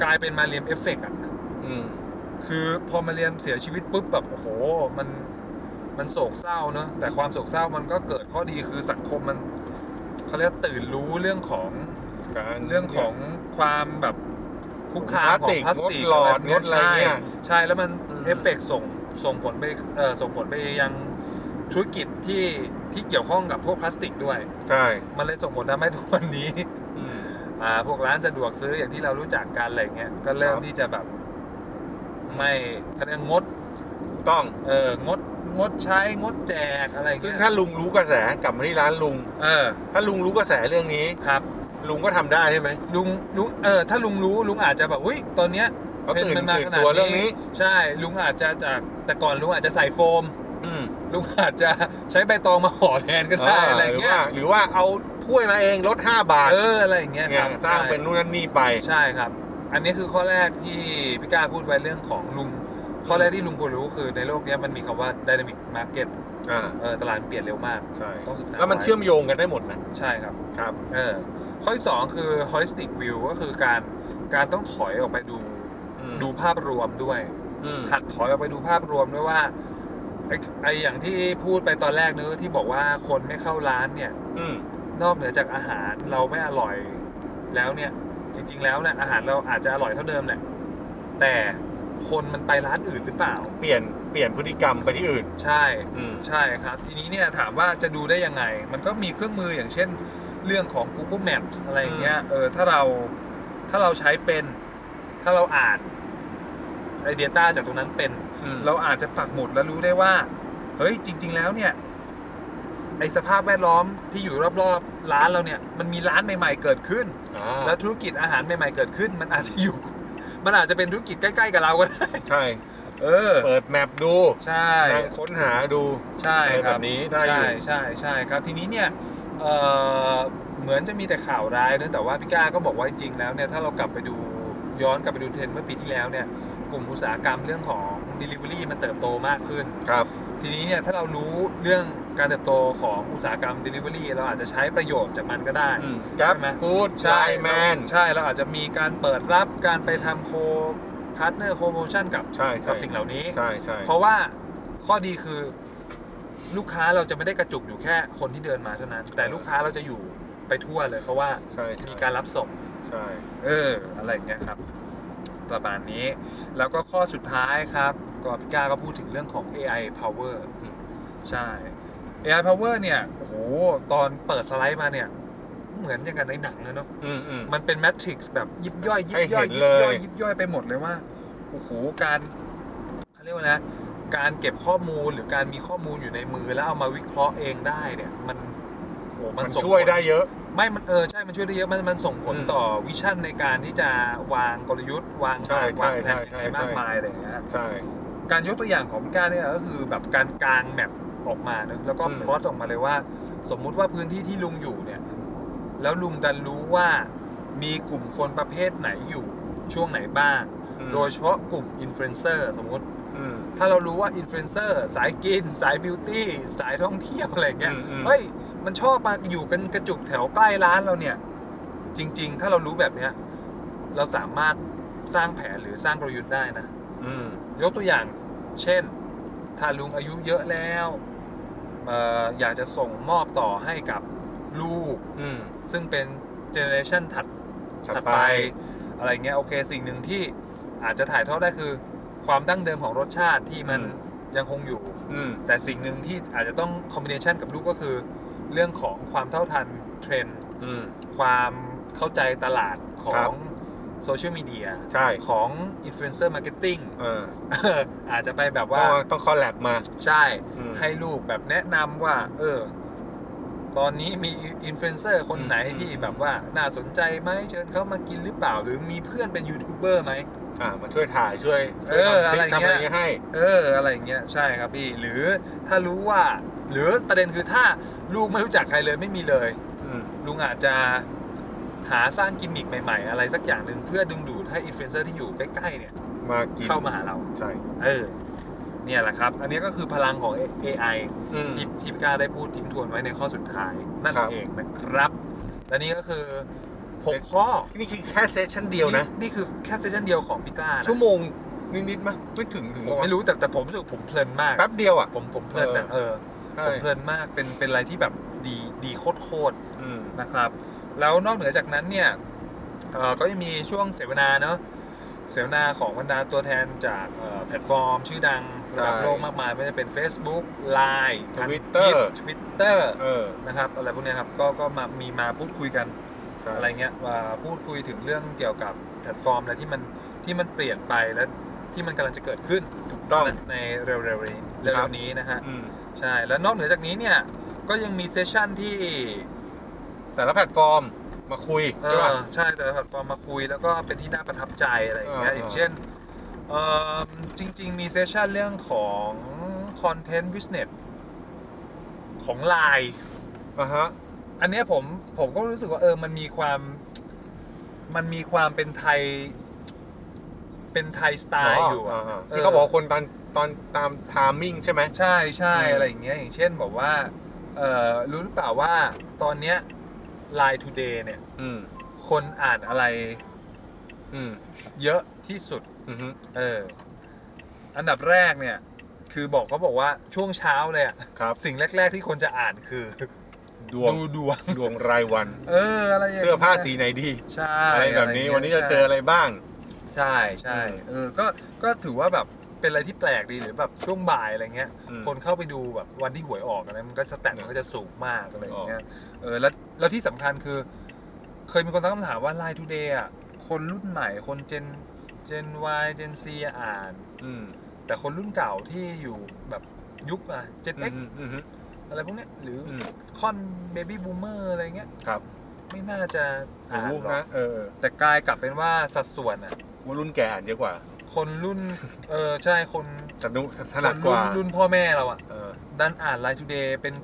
C: กลายเป็นมาเรียมเอฟเฟกต์อ่ะ
B: อืม
C: คือพอมาเรียมเสียชีวิตปุ๊บแบบโอ้โห มันมันโศกเศร้าเนอะแต่ความโศกเศร้ามันก็เกิดข้อดีคือสังคมมันเขาเรียกตื่นรู้เรื่องของ
B: การ
C: เรื่องของความแบบคุกคามของพลาสติก
B: งดหลอ
C: แบ
B: ด
C: บ
B: ง
C: เนี้ย
B: ดอะไร
C: ใช่
B: เนี่ย
C: ใช่แล้วมัน
B: อืม
C: เอฟเฟกต์ส่งส่งผลไปเอ่อส่งผลไปยังธุรกิจที่ที่เกี่ยวข้องกับพวกพลาสติกด้วย
B: ใช่
C: มันเลยส่งผลทำให้ทุกวันนี้
B: อืม
C: อ่าพวกร้านสะดวกซื้ออย่างที่เรารู้จักกันอะไรเงี้ยก็เริ่ม
B: ครับ
C: ที่จะแบบ ไม่เขาเรียกงด
B: ถูกต้อง
C: เอองดงดใช้งดแจกอะไร
B: ซึ่ง
C: เงี้ย
B: ถ้าลุงรู้กระแสกลับมาที่ร้านลุง
C: เออ
B: ถ้าลุงรู้กระแสเรื่องนี้
C: ครับ
B: ลุงก็ทำได้ใช่ไหม
C: ลุงลุงเออถ้าลุงรู้ลุงอาจจะแบบอุ้ยตอนเนี้ย
B: เขา
C: เทรน
B: ตื่น
C: ด์มันมา
B: ตื่น
C: ขนาด
B: ตัวเรื่อง
C: นี้
B: นี้
C: ใช่ ลุงอาจจะจากแต่ก่อนลุงอาจจะใส่โฟม
B: อืม
C: ลุงอาจจะใช้ใบตองมาห่อแทนก็ได้
B: า
C: อะไร
B: หรือ
C: เงี้
B: ว่ายหรือว่าเอาถ้วยมาเองลด5บาท
C: เอออะไรอย่างเงี้ยค
B: เนี่ย
C: รับ
B: สร้าง
C: ใช่
B: เป็นนู่นนั่นนี่ไป
C: ใช่ครับ อันนี้คือข้อแรกที่พี่กาพูดไว้เรื่องของลุง ข้อแรกที่ลุงควรรู้คือในโลกเนี้ยมันมีคำว่า dynamic market
B: อ่า
C: เออตลาดเปลี่ยนเร็วมาก
B: ใช่
C: ต้องศึกษา
B: แล้วมัน
C: ไ
B: เชื่อมโยงกันได้หมดนะ
C: ใช่ครับ
B: ครับ
C: เออข้อที่สองคือ holistic view ก็คือการการต้องถอยออกไปดูดูภาพรวมด้วย
B: อืม
C: หัดถอยออกไปดูภาพรวมด้วยว่าไอ้ไออย่างที่พูดไปตอนแรกเนื้อะที่บอกว่าคนไม่เข้าร้านเนี่ย
B: อืม
C: นอกเหนือจากอาหารเราไม่อร่อยแล้วเนี่ย จริง ๆ แล้วเนี่ยอาหารเราอาจจะอร่อยเท่าเดิมแหละแต่คนมันไปร้านอื่นหรือเปล่า
B: เปลี่ยนเปลี่ยนพฤติกรรมไปที่อื่น
C: ใช่
B: อืม
C: ใช่ครับ ทีนี้เนี่ยถามว่าจะดูได้ยังไง มันก็มีเครื่องมืออย่างเช่น เรื่องของ Google Maps อะไรอย่างเงี้ยเออถ้าเราถ้าเราใช้เป็น ถ้าเราอ่านไอเดียต้าจากตรงนั้นเป็น เราอาจจะปักหมุดแล้วรู้ได้ว่า เฮ้ยจริง ๆ แล้วเนี่ยไอสภาพแวดล้อมที่อยู่รอบๆร้านเราเนี่ย มันมีร้านใหม่ ๆ เกิดขึ้น
B: อ่า
C: แล้วธุรกิจอาหารใหม่ ๆ เกิดขึ้น มันอาจจะอยู่ มันอาจจะเป็นธุรกิจใกล้ ๆ กับเราก็ได้
B: ใช่
C: เออ
B: เปิดแมปดู
C: ใช่
B: นั่งค้นหาดู
C: ใช่
B: อะไร
C: ค
B: แบ
C: รับบ
B: นี้ได้อ
C: ใช่
B: ยู่
C: ใช่ใช่ครับ ทีนี้เนี่ยเอ่อเหมือนจะมีแต่ข่าวร้ายนะแต่ว่าพี่ก้าก็บอกว่าจริงๆแล้วเนี่ยถ้าเรากลับไปดูย้อนกลับไปดูเทรนด์เมื่อปีที่แล้วเนี่ย กลุ่มอุตสาหกรรมเรื่องของ Delivery มันเติบโตมากขึ้น
B: ครับ
C: ทีนี้เนี่ยถ้าเรารู้เรื่องการเติบโตของอุตสาหกรรม Delivery เราอาจจะใช้ประโยชน์จากมันก็ได้
B: อืมครับ
C: ใช่ไหม
B: ฟู้ดไลน์แมน
C: ใช่เราอาจจะมีการเปิดรับการไปทำโคพาร์ทเนอร์โคโมชั่นกับ
B: ใช่ใช่
C: กับสิ่งเหล่านี้
B: ใช่ใช่
C: เพราะว่าข้อดีคือลูกค้าเราจะไม่ได้กระจุกอยู่แค่คนที่เดินมาเท่านั้น แต่ลูกค้าเราจะอยู่ไปทั่วเลย เพราะว่า
B: ใช่ใช่
C: มีการรับส่ง
B: ใช่
C: เอออะไรอย่างเงี้ยครับ ประมาณนี้แล้วก็ข้อสุดท้ายครับก็พี่ก้าก็พูดถึงเรื่องของ AI power ใช่ AI power เนี่ยโอ้โหตอนเปิดสไลด์มาเนี่ย เหมือนอย่างกันในหนังเลยเนาะ
B: อืมอืม
C: มันเป็นแมทริกซ์แบบยิบย่อยยิบย่อย
B: ให้
C: ยิบ
B: เห็นเลย
C: ย่อยยิบย่อยไปหมดเลยว่าโอ้โหการเขาเรียกว่านะการเก็บข้อมูลหรือการมีข้อมูลอยู่ในมือแล้วเอามาวิเคราะห์เองได้เนี่ย มันโอ้โห
B: มัน
C: ส่ง
B: ช่วย
C: ผล
B: ได้เยอะ
C: ไม่มันเออใช่ มันช่วยได้เยอะ มันมันส่งผล
B: อืม
C: ต่อวิชั่นในการที่จะวางกลยุทธ์ วาง
B: ใช่ใช่
C: วางแผน
B: ใช่
C: ยังไงมาก
B: ใช่
C: มายอะไรอย่างเงี้ยครับ
B: ใช่
C: การยกตัวอย่างของพี่ก้าเนี่ยก็คือแบบการกางแมปออกมาเนอะแล้วก็
B: อืม
C: พลอตออกมาเลยว่า สมมุติว่าพื้นที่ที่ลุงอยู่เนี่ย แล้วลุงดันรู้ว่ามีกลุ่มคนประเภทไหนอยู่ช่วงไหนบ้าง
B: อืม
C: โดยเฉพาะกลุ่มอินฟลูเอนเซอร์สมมติ
B: อืม
C: ถ้าเรารู้ว่าอินฟลูเอนเซอร์สายกิน สายบิวตี้สายท่องเที่ยวอะไรอย่างเงี้ย
B: อืมอืม
C: เฮ้ย มันชอบมาอยู่กันกระจุกแถวใกล้ร้านเราเนี่ย จริง ๆ ถ้าเรารู้แบบเนี้ย เราสามารถสร้างแผนหรือสร้างกลยุทธ์ได้นะ
B: อืม
C: ยกตัวอย่าง เช่น ถ้าลุงอายุเยอะแล้วเอ่ออยากจะส่งมอบต่อให้กับลูก
B: อืม
C: ซึ่งเป็นเจเนอเรชันถัด
B: ถัด
C: ถัด
B: ไป
C: ไปอะไรเงี้ยโอเคสิ่งหนึ่งที่อาจจะถ่ายทอดได้คือ ความดั้งเดิมของรสชาติที่มัน
B: อื
C: ยังคงอยู่
B: อืม
C: แต่สิ่งหนึ่งที่อาจจะต้องคอมบิเนชันกับลูกก็คือ เรื่องของความเท่าทันเทรนด์
B: อืม
C: ความเข้าใจตลาดขอ
B: ครั
C: ง
B: บ
C: โซเชียลมีเดีย
B: ใช่
C: ของอินฟลูเอนเซอร์มาร์เก็ตติ้ง
B: เออ
C: อาจจะไปแบบ
B: ว่า
C: ว่า
B: ต้องคอลแลบมา
C: ใช่
B: อืม
C: ให้ลูกแบบแนะนำว่า เออ ตอนนี้มีอินฟลูเอนเซอร์คนไหน
B: อืม
C: ที่แบบว่าน่าสนใจไหมเชิญเขามากินหรือเปล่า หรือมีเพื่อนเป็นยูทูบเบอร์ไหม
B: อ่ามาช่วยถ่ายช่วยช่วย
C: เอออะ
B: ทำคลิป
C: ไร
B: ทำ
C: เงี้
B: อะไร
C: ย
B: เงี้ยให้
C: เออ อะไรอย่างเงี้ยใช่ครับพี่ หรือถ้ารู้ว่า หรือประเด็นคือถ้าลูกไม่รู้จักใครเลยไม่มีเลย
B: อืม
C: ลุงอาจจะหาสร้างกิมมิคใหม่ๆ อะไรสักอย่างหนึ่งเพื่อดึงดูดให้อินฟลูเอนเซอร์ที่อยู่ใกล้ๆเนี่ย
B: มากิน
C: เข้ามาหาเรา
B: ใช่
C: เออ เนี่ยแหละครับ อันนี้ก็คือพลังของ AI
B: อืม
C: ที่ที่พี่กล้าได้พูดทิ้งทวนไว้ในข้อสุดท้าย นั่น
B: ครับ
C: เองนะครับ และนี่ก็คือ 6 ข้อ
B: นี่คือแค่เซสชั่นเดียวนะ
C: นี่คือแค่เซสชั่นเดียวของพี่กล้านะ
B: ชั่วโมงนิดๆมั้ยไม่ถึงถึง
C: ผมไม่รู้แต่แต่ผมรู้สึกผมเพลินมาก
B: แป๊บเดียวอ่ะ
C: ผมผมเพลินนะเออ
B: ใช่
C: ผมเพลินมากเป็นเป็นอะไรที่แบบดีดีโคตรโคตรๆ
B: อืม
C: นะครับแล้วนอกเหนือจากนั้นเนี่ยเอ่อก็ยังมีช่วงเสวนาเนาะเสวนาของบรรดาตัวแทนจากเอ่อแพลตฟอร์ม ชื่อดังระดับ
B: ใช่
C: โลกมากมายไม่ว่าจะเป็น Facebook Line
B: Twitter
C: Twitter
B: เออ
C: นะครับอะไรพวกเนี้ยครับก็ก็มามีมาพูดคุยกัน
B: ใช่
C: อะไรเงี้ยว่าพูดคุยถึงเรื่องเกี่ยวกับแพลตฟอร์มอะไรที่มันที่มันเปลี่ยนไปและที่มันกำลังจะเกิดขึ้น
B: ถูกต้อง
C: ในในเร็วๆนี้
B: ครับ
C: เร็วๆนี้นะฮะ
B: อืม
C: ใช่แล้วนอกเหนือจากนี้เนี่ยก็ยังมีเซสชั่นที่
B: แต่ละแพลตฟอร์มมาคุย
C: เอ
B: ใช่
C: อ
B: ป่ะ
C: ใช่แต่ละแพลตฟอร์มมาคุยแล้วก็เป็นที่น่าประทับใจอะไรอย่างเงี้ย
B: เออ
C: อ
B: อ
C: ย่างเช่นเออจริง ๆ มีเซสชันเรื่องของคอนเทนต์บิสเนสของ Line
B: อ่ะฮะ
C: อันเนี้ยผมผมก็รู้สึกว่าเออมันมีความมันมีความเป็นไทย เป็นไทยสไตล์อยู่อะ
B: าๆ
C: เออ
B: ที่เขาบอกว่าคนตอนตอนตามทามมิ่งใช่ไหม
C: ใช่ใช่
B: อืม
C: อะไรอย่างเงี้ยอย่างเช่นบอกว่าเออรู้หรือเปล่าว่าตอนเนี้ย Line Today เนี่ย
B: อืม
C: คนอ่านอะไร
B: อืม
C: เยอะที่สุด
B: อืม
C: เออ อันดับแรกเนี่ย คือบอกเขาบอกว่าช่วงเช้าเลยอะ
B: ครับ
C: สิ่งแรก ๆ ที่คนจะอ่านคือ
B: ดวง
C: ดูดวง
B: ดวงรายวัน
C: เออ อะไรย่งงี้ย
B: เสื้อผ้าสีไหนดี
C: ใช่
B: อะไรแบบนี้
C: ย่างงี้ย
B: วันนี้จะเจออะไรบ้าง
C: ใช่ใช่
B: อืม
C: เออก็ก็ถือว่าแบบเป็นอะไรที่แปลกดีหรือแบบช่วงบ่ายอะไรเงี้ย
B: อืม
C: คนเข้าไปดูแบบวันที่หวยออกอะไรมันก็สแตท
B: อืม
C: มันก็จะสูงมากอะไรอย่างเงี้ยเออแล้วแล้วที่สำคัญคือ เคยมีคนตั้งคำถามว่า Line Today อ่ะคนรุ่นใหม่คนเจนเจน Y เจน C อ่าน แต่คนรุ่นเก่าที่อยู่แบบยุคอะ Gen X อะไรพวกเนี้ยหรืออคอนเบบี้บูมเมอร์อะไรเงี้ย
B: ครับ
C: ไม่น่าจะ
B: อ่า
C: อ่าน
B: ลูก
C: หรอ
B: นะ
C: ก
B: เออ
C: แต่กลายกลับเป็นว่าสัดส่วนอะ
B: ว่ารุ่นแก่อ่านเยอะกว่า
C: คนรุ่น เออใช่คน
B: สนุกถนัดกว่า
C: คนรุ่นรุ่นพ่อแม่เราอะ
B: เออ
C: ดันอ่าน Line Today เป็น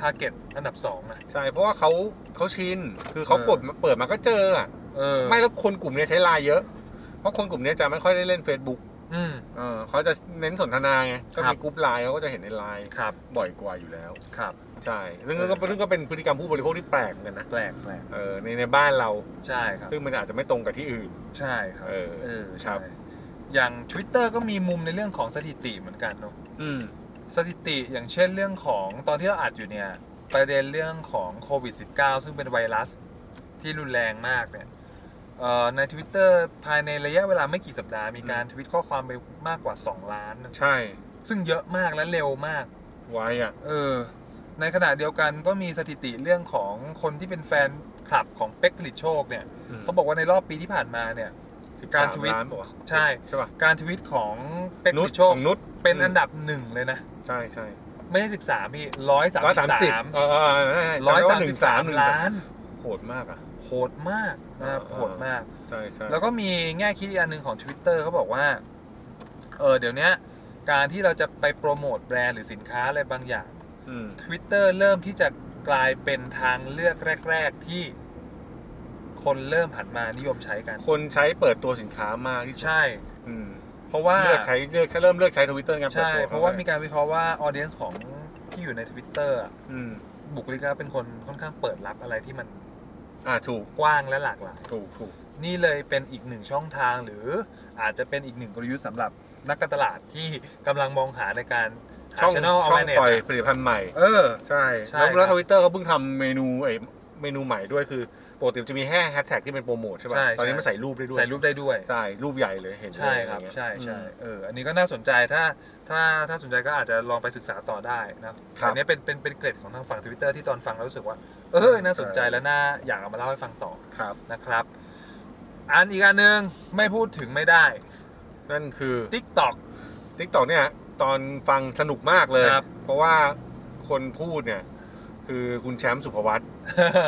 C: ทาร์เก็ตอันดับสองอะ
B: ใช่เพราะว่าเขาเขาชินคือเขา
C: เออ
B: กดมาเปิดมาก็เจออ่ะ
C: เออ
B: ไม่แล้วคนกลุ่มเนี้ยใช้ไลน์เยอะ เพราะคนกลุ่มเนี้ยจะไม่ค่อยได้เล่น Facebook
C: อืม
B: เออเขาจะเน้นสนทนาไงก็
C: ครั
B: มี
C: บ
B: กลุ่มไลน์เขาก็จะเห็นในไลน์
C: ครับ
B: บ่อยกว่าอยู่แล้ว
C: ครับ
B: ใช่ซึ่ง
C: เออ
B: ก็ซึ่งก็เป็นพฤติกรรมผู้บริโภคที่แปลกเหมือนกันนะ
C: แปลกแปลก
B: เออในในบ้านเรา
C: ใช่ครับ
B: ซึ่งมันอาจจะไม่ตรงกับที่อื่น
C: ใช่ครับ
B: เออ
C: เออ
B: ครั
C: ใช่
B: บ
C: อย่าง Twitter ก็มีมุมในเรื่องของสถิติเหมือนกันเนอะ
B: อืม
C: สถิติอย่างเช่นเรื่องของตอนที่เราอัดอยู่เนี่ย ประเด็นเรื่องของโควิด -19 ซึ่งเป็นไวรัสที่รุนแรงมากเนี่ยเอ่อใน Twitter ภายในระยะเวลาไม่กี่สัปดาห์มีการ
B: อืม
C: ทวิตข้อความไปมากกว่า 2 ล้านนะ
B: ใช่
C: ซึ่งเยอะมากและเร็วมาก
B: ไว้อ่ะ
C: เออในขณะเดียวกันก็มีสถิติเรื่องของคนที่เป็นแฟนคลับของเป็กผลิตโชคเนี่ยเขาบอกว่าในรอบปีที่ผ่านมาเนี่ยการทวิต
B: ล้านป่ะวะ
C: ใช่
B: ใช่ป่ะ
C: การทวิตของเป็กผ
B: นุช
C: ลิตโช
B: ข
C: ค
B: องนุช
C: เป็นอันดับหนึ่งเลยนะ
B: ใช่ใช่
C: ไม่ใช่สิบสามพี่ร้อยสาม
B: ร้อย
C: สิ
B: สา
C: บ
B: มสิบ
C: สาม
B: เออเออเออ
C: ร้อย
B: จำได้
C: สาม
B: ว่ห
C: สิ
B: นึ่
C: บ
B: ง
C: สาม
B: หนึ่ง
C: ล้าน
B: โหดมากอ่ะ
C: โหดมากนะครับ
B: อ่า
C: โหดมาก
B: ใช่ใช่
C: แล้วก็มีแง่คิดอีกอันหนึ่งของ Twitter เขาบอกว่า เออเดี๋ยวเนี้ย การที่เราจะไปโปรโมทแบรนด์หรือสินค้าอะไรบางอย่าง
B: อืม
C: Twitter เริ่มที่จะกลายเป็นทางเลือกแรก ๆ ที่ คนเริ่มหันมานิยมใช้กัน
B: คนใช้เปิดตัวสินค้ามากที่สุด
C: ใช่
B: อืม
C: เพราะว่า
B: เลือกใช้เลือกเริ่มเลือกใช้ทวิตเตอร์งานเปิด
C: ใช่
B: ตัว
C: เพราะว่ามีการวิเคราะห์ว่าออเดียนของที่อยู่ใน Twitter อะ
B: อืม
C: บุคลิกแล้วเป็นคนค่อนข้างเปิดรับอะไรที่มัน
B: อ่าถูก
C: กว้างและหลากหลาย
B: ถูกถูก
C: นี่เลยเป็นอีกหนึ่งช่องทางหรืออาจจะเป็นอีกหนึ่งกลยุทธ์สำหรับนักการตลาดที่กำลังมองหาในการหา
B: ช่อง
C: channel
B: ช่อง
C: awareness
B: ปล่อย
C: อะ
B: ผลิตภัณฑ์ใหม่
C: เออ
B: ใช่
C: ใช่
B: แล้วแล้ว
C: ครั
B: ท
C: บ
B: วิตเตอร์ก็เพิ่งทำเมนูไอเมนูใหม่ด้วยคือปกติมันจะมีแค่แฮชแท็กที่เป็นโปรโมทใช่ป่ะ
C: ใช่
B: ตอนนี้
C: ใช่
B: มันใส่รูปได้ด้วย
C: ใส่รูปได้ด้วย
B: ใช่รูปใหญ่เลยเห็นเลย
C: ใช่ครับ
B: อะไเงี้ย
C: ใช่ใช่
B: อืม
C: เอออันนี้ก็น่าสนใจถ้าถ้าถ้าสนใจก็อาจจะลองไปศึกษาต่อได้นะครับ อันนี้เป็นเป็นเป็นเกร็ดของทางฝั่ง Twitter ที่ตอนฟังแล้วรู้สึกว่า เออน่าสนใจและน่าอยากเอามาเล่าให้ฟังต่อ
B: ครับ
C: นะครับ อันอีกอันหนึ่งไม่พูดถึงไม่ได้
B: นั่นคือ
C: TikTok
B: t ิ k t o k เนี่ยตอนฟังสนุกมากเลย
C: ครับ
B: เพราะว่าคนพูดเนี่ย คือคุณแชมป์สุภวัต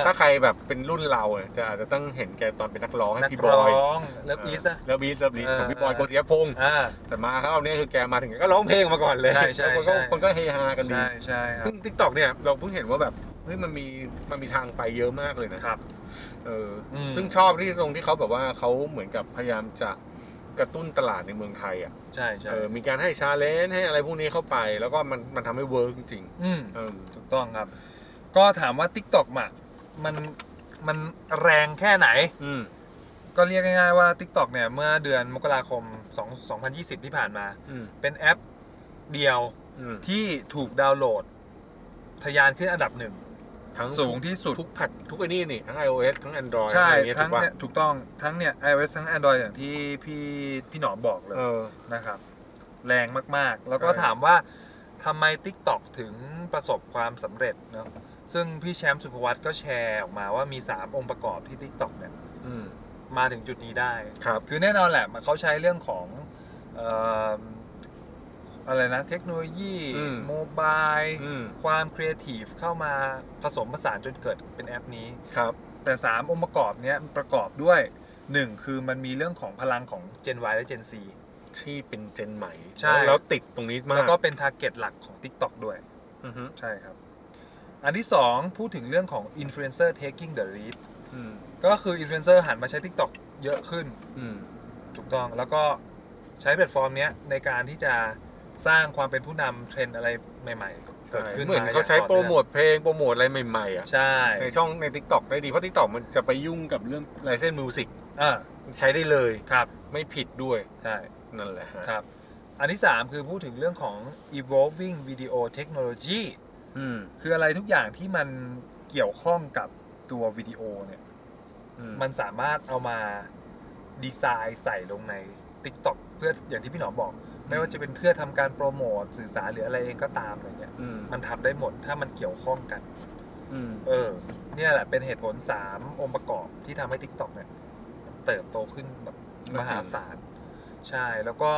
B: ถ้าใครแบบเป็นรุ่นเราเนี่ยจะอาจจะต้องเห็นแกตอนเป็นนักร้องให้
C: นัก
B: พี่บ
C: ร้
B: อย
C: องเลิฟอีสอะ
B: แล้วบีทแล้วบีทของพี่บอย
C: เออ
B: โกติยพงษ์
C: อ่า
B: แต่มาเขาเนี่ยคือแกมาถึงก็ร้องเพลงมาก่อนเลย
C: ใช่ใช่
B: แล้วคน
C: ใช่
B: ก็คนก็เฮฮากันดี
C: ใช่ใช่ครับ
B: ซึ่งทิกตอกเนี่ยเราเพิ่งเห็นว่าแบบเฮ้ยมันมีมันมีทางไปเยอะมากเลยนะครับ เอออ
C: ม
B: ซึ่งชอบที่ตรงที่เขาแบบว่าเขาเหมือนกับพยายามจะกระตุ้นตลาดในเมืองไทยอ่ะ
C: ใช่ใช่
B: เออมีการให้ชาเลนจ์ให้อะไรพวกนี้เข้าไป แล้วก็มันมันทำให้เวิร์กจริง
C: อืม
B: ๆเออ
C: ถูกต้องครับ ก็ถามว่า TikTok อ่ะมันมันแรงแค่ไหน
B: อืม
C: ก็เรียกง่ายๆว่า TikTok เนี่ย เมื่อเดือนมกราคม2 2020 ที่ผ่านมา
B: อืม
C: เป็นแอปเดียว
B: อืม
C: ที่ถูกดาวน์โหลด ทะยานขึ้นอันดับหนึ่ง
B: ทั้ง
C: สูงที่สุด
B: ทุกแพลตทุกไอ้นี่นี่ทั้ง iOS ทั้ง Android
C: ใช่
B: อะไรอย่างเงี้ย
C: ทั้
B: ถู
C: ง
B: กป่ะ
C: เนี่ยถูกต้องทั้งเนี่ย iOS ทั้ง Android อย่างที่พี่พี่หนอมบอกเลย
B: เออ
C: นะครับ แรงมากๆ แล้วก็
B: ใช่
C: ถามว่าทำไม TikTok ถึงประสบความสำเร็จเนาะซึ่งพี่แชมป์สุภวัตก็แชร์ออกมาว่ามี 3 องค์ประกอบที่ TikTok เนี่ย
B: อืม
C: มาถึงจุดนี้ได้
B: ครับ
C: คือแน่นอนแหละ มันเขาใช้เรื่องของเอ่ออะไรนะ เทคโนโลยี
B: อืม
C: โมบาย
B: อืม
C: ความครีเอทีฟเข้ามาผสมผสานจนเกิดเป็นแอปนี้
B: ครับ
C: แต่ 3 องค์ประกอบเนี้ยประกอบด้วย 1 คือมันมีเรื่องของพลังของ Gen Y และ Gen Z
B: ที่เป็นเจนใหม่
C: ใช่
B: แล้วติดตรงนี้มาก
C: แล้วก็เป็นทาร์เก็ตหลักของ TikTok ด้วย
B: อือฮึ
C: ใช่ครับ อันที่ 2 พูดถึงเรื่องของ Influencer taking the lead
B: อืม
C: ก็คือ Influencer หันมาใช้ TikTok เยอะขึ้น
B: อืม
C: ถูกต้องแล้วก็ใช้แพลตฟอร์มเนี้ยในการที่จะสร้างความเป็นผู้นำเทรนด์อะไรใหม่ๆ เกิดขึ้น
B: เหมือนเขาใช้โปรโมทเพลงโปรโมทอะไรใหม่ๆอ่ะ
C: ใช่
B: ในช่องใน t ิ k t o k ได้ดี เพราะ t ิ k t o k มันจะไปยุ่งกับเรื่องไลเซนส์มิวสิก
C: อ่า
B: ใช้ได้เลย
C: ครับ
B: ไม่ผิดด้วย
C: ใช่
B: นั่นแหละฮะ
C: ครับ อันที่ 3 คือพูดถึงเรื่องของ evolving video technology
B: อืม
C: คืออะไรทุกอย่างที่มันเกี่ยวข้องกับตัววิดีโอเนี่ย
B: อืม
C: มันสามารถเอามาดีไซน์ใส่ลงใน TikTok เพื่ออย่างที่พี่หนอมบอก ไม่ว่าจะเป็นเพื่อทำการโปรโมทสื่อสารหรืออะไรเองก็ตามอะไรเงี้ย
B: อืม
C: มันทำได้หมดถ้ามันเกี่ยวข้องกัน
B: อืม
C: เออ เนี่ยแหละเป็นเหตุผล 3 องค์ประกอบที่ทำให้ TikTok เนี่ยเติบโตขึ้นแบบมหาศาล ใช่ แล้วก็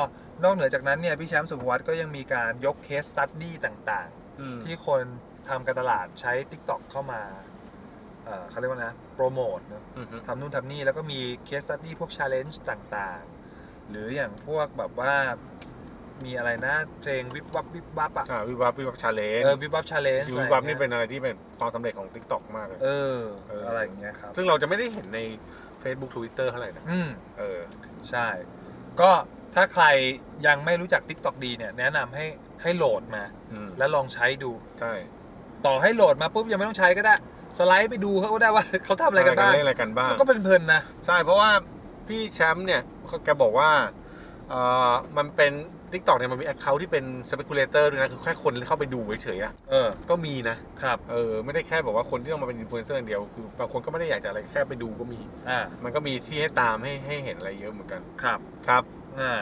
C: นอกเหนือจากนั้นเนี่ย พี่แชมป์สุภวัตก็ยังมีการยกเคสตั u ดี้ต่าง
B: อืม
C: ๆ ที่คนทำการตลาดใช้ TikTok เข้ามา เออเขาเรียกว่านะ โปรโมทเนอะ
B: อืมฮึ
C: ทำนู่นทำนี่ แล้วก็มีเคสตั u ดี้พวก Challenge ต่างๆ หรืออย่างพวกแบบว่ามีอะไรนะ เพลงวิบวับวิบวับอะ
B: อ่าวิบวับวิบวับชาเลน
C: เออวิบวับ Challenge
B: วิบวับนี่
C: อะไรอย่างงี้ย
B: เป็นอะไรที่เป็นความสำเร็จของ t ิ k t o k มากเลย
C: เออ
B: เอออ
C: อะไรอย่างเงี้ยครับ
B: ซึ่งเราจะไม่ได้เห็นใน Facebook Twitter เท่าไหร่นะ
C: อืม
B: เออ
C: ใช่ ก็ถ้าใครยังไม่รู้จัก TikTok ดีเนี่ย แนะนำให้ให้โหลดมา
B: อืม
C: แล้วลองใช้ดู
B: ใช่
C: ต่อให้โหลดมาปุ๊บยังไม่ต้องใช้ก็ได้ สไลด์ไปดูเขาก็ได้ว่า เขาทำอะไรกันบ้าง
B: เล่นอะไรกันบ้าง
C: มันก็เป็นเพลินๆนะ
B: ใช่เพราะว่าพี่แชมป์เนี่ยแกบอกว่าเอ่อมันเป็น t ิ k t o k เนี่ยมันมีแอคเคาท์ที่เป็น speculator ด้วยนะคือแค่คนเข้าไปดูเฉยๆอะ
C: เออ
B: ก็มีนะ
C: ครับ
B: เออไม่ได้แค่แบบว่าคนที่ต้องมาเป็นอินฟลูเอนเซอร์อย่างเดียวคือบางคนก็ไม่ได้อยากจะอะไรแค่ไปดูก็มี
C: อ่า
B: มันก็มีที่ให้ตามให้ให้เห็นอะไรเยอะเหมือนกัน
C: ครับ
B: ครับ
C: อ่า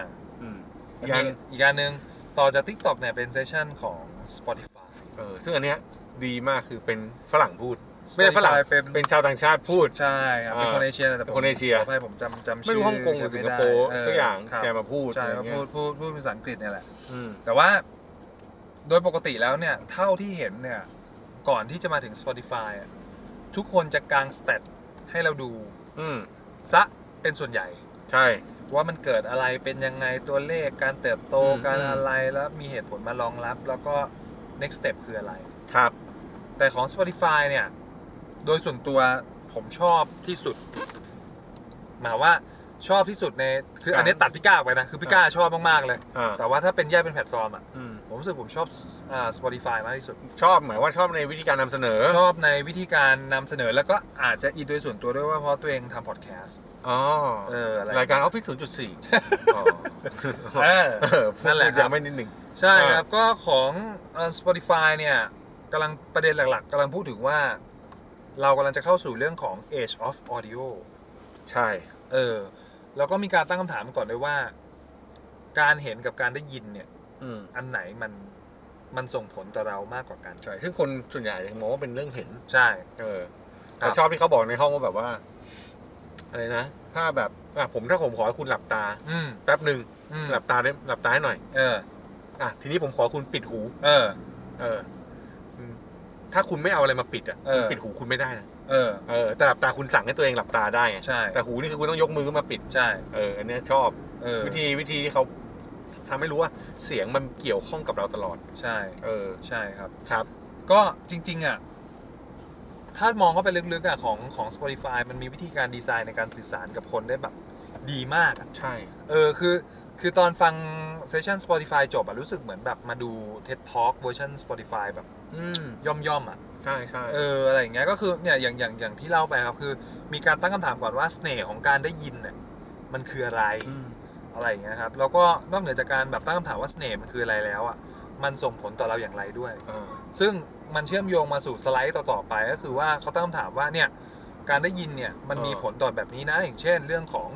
B: อืม
C: อัน
B: ยั
C: นี้
B: น
C: อีกอันหนึ่งต่อจาก TikTok เนี่ยเป็นเซสชั่นของ Spotify
B: เออซึ่งอันเนี้ยดีมากคือเป็นฝรั่งพูด ไม่ใช่ฝรั่ง
C: Spotify เป็น
B: เป็นชาวต่างชาติพูด
C: ใช่ครับเป็นคนเอเชียแต่ผม
B: เป็นคนเอเชีย
C: ขออภัยผมจำจำชื่อ
B: ไม่รู้ฮ่องกงหรือสิงคโปร์
C: ไม่ได้
B: สักอย่าง
C: ครับ
B: แกมาพูด
C: ใช่
B: อะไร
C: ก็
B: เงี้
C: พู
B: ย
C: ดพูดพูดเป็นภาษาอังกฤษเนี่ยแหละ
B: อืม
C: แต่ว่าโดยปกติแล้วเนี่ย เท่าที่เห็นเนี่ย ก่อนที่จะมาถึง Spotify อะทุกคนจะกางสเตตให้เราดู
B: อืม
C: ซะเป็นส่วนใหญ่
B: ใช่
C: ว่ามันเกิดอะไรเป็นยังไงตัวเลขการเติบโต
B: อืม
C: การอะไรแล้วมีเหตุผลมารองรับ แล้วก็ next step คืออะไร
B: ครับ
C: แต่ของ Spotify เนี่ย โดยส่วนตัวผมชอบที่สุด หมายว่าชอบที่สุดในคืออันนี้ตัดพี่ก้าออกไปนะ คือพี่ก้าชอบมากๆเลย
B: อ่า
C: แต่ว่าถ้าเป็นแยกเป็นแพลตฟอร์มอะ
B: อืม
C: ผมรู้สึกผมชอบอ่า Spotify มากที่สุด
B: ชอบหมายว่าชอบในวิธีการนำเสนอ
C: ชอบในวิธีการนำเสนอแล้วก็อาจจะอินโดยส่วนตัวด้วยว่าเพราะตัวเองทำพอดแคสต์
B: อ๋อ
C: เอออะไร
B: รายการออฟฟิศศูนย์จุด สี่
C: เออ นั่
B: นั่
C: นแห
B: นแห
C: ละ
B: ละ
C: ครับ
B: ยังไม่นิดหนึ่ง
C: ใช่ครับ ก็ของเอ่อ Spotify เนี่ยกำลังประเด็นหลักๆกำลังพูดถึงว่า เรากำลังจะเข้าสู่เรื่องของ Age of Audio
B: ใช่
C: เออ แล้วก็มีการตั้งคำถามก่อนด้วยว่า การเห็นกับการได้ยินเนี่ย
B: อืม
C: อันไหนมันมันส่งผลต่อเรามากกว่ากัน
B: ใช่ซึ่งคนส่วนใหญ่ยังมองว่าเป็นเรื่องเห็น
C: ใช่
B: เออ
C: ครับ
B: แต่ชอบที่เขาบอกในห้องว่าแบบว่า เอ อะไรนะ ถ้าแบบอ่ะผมถ้าผมขอให้คุณหลับตา
C: อืม
B: แป๊บหนึ่ง
C: อืม
B: หลับตาได้หลับตาให้หน่อย
C: เออ
B: อ่ะทีนี้ผมขอคุณปิดหู
C: เออ
B: เอออืมถ้าคุณไม่เอาอะไรมาปิดอ่ะ
C: เออ
B: ปิดหูคุณไม่ได้นะ
C: เออ
B: เออแต่หลับตาคุณสั่งให้ตัวเองหลับตาได้ไง
C: ใช่
B: แต่หูนี่คือคุณต้องยกมือขึ้นมาปิด
C: ใช่
B: เอออันเนี้ยชอบ
C: เออ
B: วิธีวิธีที่เขาทำให้รู้ว่าเสียงมันเกี่ยวข้องกับเราตลอด
C: ใช่
B: เออ
C: ใช่ครับ
B: ครับ
C: ก็จริง ๆ อ่ะ ถ้ามองเข้าไปลึกๆอ่ะของของ Spotify มันมีวิธีการดีไซน์ในการสื่อสารกับคนได้แบบดีมากอะ
B: ใช่
C: เออ คือ คือตอนฟังเซสชัน Spotify จบอ่ะ รู้สึกเหมือนแบบมาดู TED Talk เวอร์ชัน Spotify แบบ
B: อืม
C: ย่อมๆอ่ะ
B: ใช่ใช่
C: เออ อะไรอย่างเงี้ย ก็คือ เนี่ย อย่าง อย่าง อย่างที่เล่าไปครับ คือ มีการตั้งคำถามก่อนว่าเสน่ห์ของการได้ยินเนี่ย มันคืออะไร
B: ม
C: อะไรอย่างเงี้ยครับ แล้วก็นอกเหนือจากการแบบตั้งคำถามว่าเสน่ห์มันคืออะไรแล้วอ่ะ มันส่งผลต่อเราอย่างไรด้วย
B: อ่า
C: ซึ่งมันเชื่อมโยงมาสู่สไลด์ต่อๆไปก็คือว่าเขาตั้งคำถามว่าเนี่ยการได้ยินเนี่ยมันมีผลต่อแบบนี้นะ อย่างเช่น เรื่องของ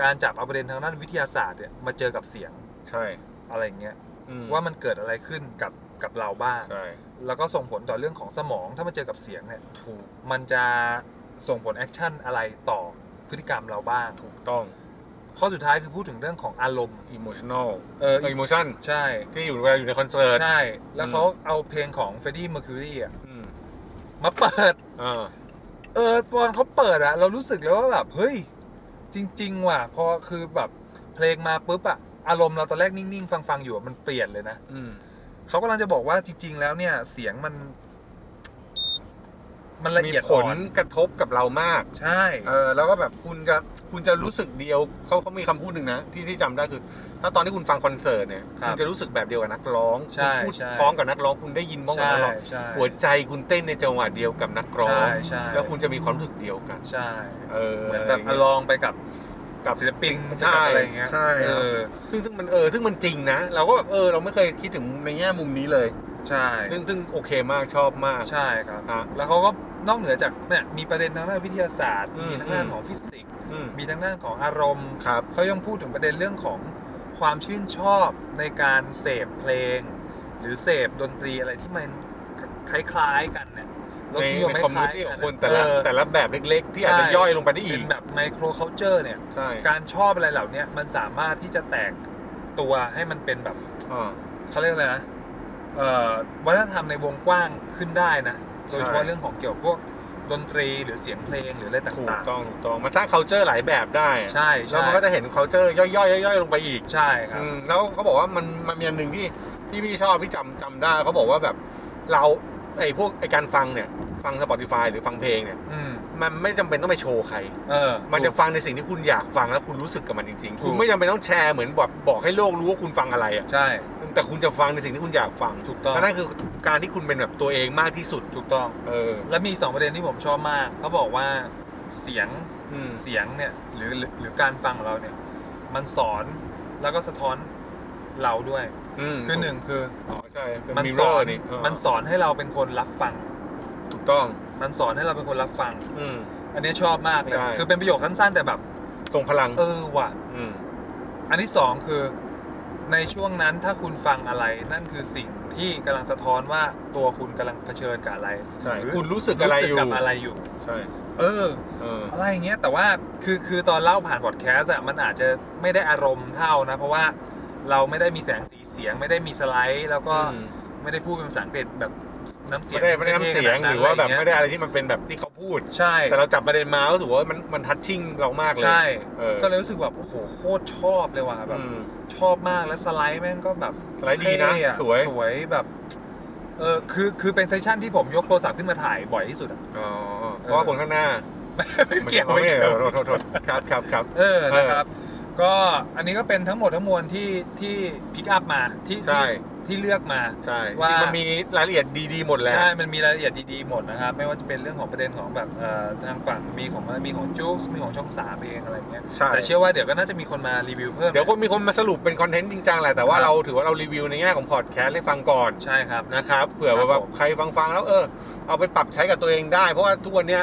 C: การจับเอาประเด็นทางด้านวิทยาศาสตร์เนี่ยมาเจอกับเสียง
B: ใช่
C: อะไรอย่างเงี้ย
B: อืม
C: ว่ามันเกิดอะไรขึ้นกับกับเราบ้าง
B: ใช่
C: แล้วก็ส่งผลต่อเรื่องของสมองถ้ามันเจอกับเสียงเนี่ย
B: ถูก
C: มันจะส่งผลแอคชั่นอะไรต่อพฤติกรรมเราบ้าง
B: ถูกต้อง
C: ข้อสุดท้ายคือพูดถึงเรื่องของอารมณ์
B: emotional
C: เออ
B: เอ emotion
C: ใช่
B: ที่อยู่เวลาอยู่ในคอนเสิร์ต
C: ใช่ แล้ว
B: อืม
C: เขาเอาเพลงของเฟรดดี้เมอร์คิวรีอ่ะ
B: อืม
C: มาเปิด
B: อ่า
C: เออตอนเขาเปิดอะเรารู้สึกเลยว่าแบบเฮ้ยจริง ๆ ว่ะพอคือแบบเพลงมาปุ๊บอะอารมณ์เราตอนแรกนิ่ง ๆ ฟัง ๆ อยู่อะมันเปลี่ยนเลยนะ
B: อืม
C: เขากำลังจะบอกว่าจริง ๆ แล้วเนี่ยเสียงมัน มันละ
B: มี
C: เอียด
B: ผ
C: อ่อ
B: ล
C: น
B: กระทบกับเรามาก
C: ใช่
B: เออแล้วก็แบบคุณจะคุณจะรู้สึกเดียวเขาเขามีคำพูดหนึ่งนะ ที่ที่จำได้คือ ถ้าตอนที่คุณฟังคอนเสิร์ตเนี่ยคุณจะรู้สึกแบบเดียวกับนักร้อง
C: ใช่
B: คุณพูด
C: ใช่
B: พร้อมกับนักร้องคุณได้ยินพร้อมกับ
C: ใช่
B: นักร้อง
C: ใช่
B: หัวใจคุณเต้นในจังหวะเดียวกับนักร้อง
C: ใช่ใช่
B: แล้วคุณจะมีความรู้สึกเดียวกัน
C: ใช่
B: เออ
C: เหมือนแบบอะลองไปกับ
B: กับ
C: ศิลปิน
B: ใช่
C: กับอะไรอย่างเงี้ย
B: ใช่
C: เอ
B: ครับ
C: อ
B: ซึ่งซึ่งมันเออซึ่งมันจริงนะ เราก็แบบเออเราไม่เคยคิดถึงในแง่มุมนี้เลย
C: ใช่
B: ซึ่งซึ่งโอเคมากชอบมาก
C: ใช่ครับ
B: ฮะ
C: แล้วเขาก็นอกเหนือจากเนี่ยมีประเด็นทางด้านวิทยาศาสตร์
B: อืม
C: มีทางด้าน
B: อืม
C: ของฟิสิกส์
B: อืม
C: มีทางด้านของอารมณ์
B: ครับ
C: เขายังพูดถึงประเด็นเรื่องของความชื่นชอบในการเสพเพลง หรือเสพดนตรีอะไรที่มันคล้ายๆกันเนี่ยรส
B: ใน
C: นิยม
B: ใน
C: ไม่
B: คอม
C: ค
B: มู
C: ล้าย
B: นิตี้ข
C: กั
B: อน งคนแต่ละ
C: เออ
B: แต่ละแบบเล็ก ๆ ที่อาจจะ
C: ใช่
B: ย่อยลงไปได้อี
C: เป็น
B: ก
C: แบบไมโครเคาเจอร์เนี่ย
B: ใช่
C: การชอบอะไรเหล่าเนี้ยมันสามารถที่จะแตกตัวให้มันเป็นแบบ
B: อ่า
C: เขาเรียกอะไรนะเอ่อวัฒนธรรมในวงกว้างขึ้นได้นะ โดยเฉพาะ
B: ใช่
C: เรื่องของเกี่ยวกับพวกดนตรีหรือเสียงเพลงหรืออะไร
B: ถูก
C: ต่าง
B: ต้องถูกต้องมันสร้าง culture หลายแบบได้
C: ๆ ใช่
B: แล้
C: ใช่
B: วมันก็จะเห็น culture ย่อยๆย่อยๆลงไปอีก
C: ใช่ครับ
B: อืมแล้วเขาบอกว่ามันมันมีอันหนึ่งที่ที่พี่ชอบพี่จำจำได้เขาบอกว่าแบบเราไอ้พวกไอ้การฟังเนี่ยฟัง Spotify หรือฟังเพลงเนี่ย
C: อืม
B: มันไม่จำเป็นต้องไปโชว์ใคร
C: เออ
B: มันจะฟังในสิ่งที่คุณอยากฟังแล้วคุณรู้สึกกับมันจริง
C: ถูก
B: ๆคุณไม่จำเป็นต้องแชร์เหมือนแบบบอกให้โลกรู้ว่าคุณฟังอะไรอ่ะ
C: ใช่
B: แต่คุณจะฟังในสิ่งที่คุณอยากฟัง
C: ถูกต้อง
B: และนั่นคือการที่คุณเป็นแบบตัวเองมากที่สุด
C: ถูกต้อง
B: เออ
C: แล้วมี 2 ประเด็นที่ผมชอบมาก เขาบอกว่าเสียง
B: อืม
C: เสียงเนี่ย หรือหรือหรือการฟังของเราเนี่ย มันสอน แล้วก็สะท้อนเราด้วย
B: อืม
C: คือหนึ่งคือ
B: อ๋อใช่เป็
C: มัน
B: มิ
C: ส
B: เรอ
C: อน
B: ร์นี่เออ
C: มันสอนให้เราเป็นคนรับฟัง
B: ถูกต้อง
C: มันสอนให้เราเป็นคนรับฟัง
B: อืม
C: อันนี้ชอบมากเลย
B: ใช่
C: คือเป็นประโยคสั้นๆแต่แบบ
B: ทรงพลัง
C: เออว่ะ
B: อืม
C: อันที่สองคือ ในช่วงนั้นถ้าคุณฟังอะไร นั่นคือสิ่งที่กำลังสะท้อนว่าตัวคุณกำลังเผชิญกับอะไร
B: ใช่
C: หรือ
B: คุณรู้สึก
C: รู้
B: อะไร
C: สึ
B: อก ยู่
C: กับอะไรอยู่
B: ใช่
C: เออ
B: เออ
C: อะไรอย่างเงี้ยแต่ว่าคือคือตอนเล่าผ่านพอดแคสต์อะมันอาจจะไม่ได้อารมณ์เท่านะ เพราะว่าเราไม่ได้มีแสงสีเสียง ไม่ได้มีสไลด์ แล้วก็
B: อืม
C: ไม่ได้พูดเป็นภาษาอังกฤษแบบน้ำเสียง
B: ไม่ได้ไม่ได้น้ำเสียงหรือว่าแบบไม่ได้อะไรที่มันเป็นแบบที่เขาพูด
C: ใช่
B: แต่เราจับประเด็นมาแล้วรู้สึกว่ามันมันทัชชิ่งเรามากเลย
C: ใช่
B: เออ
C: ก็เลยรู้สึกแบบโอ้โหโคตรชอบเลยว่ะแบบ
B: อืม
C: ชอบมากแล้วสไลด์แม่งก็แบบ
B: สไลด์ดีนะ
C: เท่อ
B: สวย
C: สวยแบบเออคือคือเป็นเซสชั่นที่ผมยกโทรศัพท์ขึ้นมาถ่ายบ่อยที่สุดอะ
B: อ๋อเพราะว่าคนข้างหน้า
C: ไม่เกี่ยวไม่
B: ไม่
C: เกี่
B: เกี่
C: ย
B: ยว วโทษโทษโทษครับครับครับ
C: เออ นะครับ ก็อันนี้ก็เป็นทั้งหมดทั้งมวลที่ที่พิกอัพมาที่
B: ใช่
C: ที่ที่เลือกมา
B: ใช่จ
C: ว่า
B: ริงๆมันมีรายละเอียดดีๆหมดแหละ
C: ใช่ มันมีรายละเอียดดีๆหมดนะครับ ไม่ว่าจะเป็นเรื่องของประเด็นของแบบเอ่อทางฝั่งมีของมีของจุ๊กมีของช่องสามเองอะไรเงี้ย
B: ใช่
C: แต่เชื่อว่าเดี๋ยวก็น่าจะมีคนมารีวิวเพิ่ม
B: เดี๋ยวคนมีคนมาสรุปเป็นคอนเทนต์จริงจังแหละ แต่ว่า
C: ครับ
B: เราถือว่าเรารีวิวในแง่ของพอดแคสต์ให้ฟังก่อน
C: ใช่ครับ
B: นะครับ เผื่อว่า
C: ค
B: แบ
C: รับบ ผม
B: ใครฟังๆแล้วเออ เอาไปปรับใช้กับตัวเองได้ เพราะว่าทุกวันเนี้ย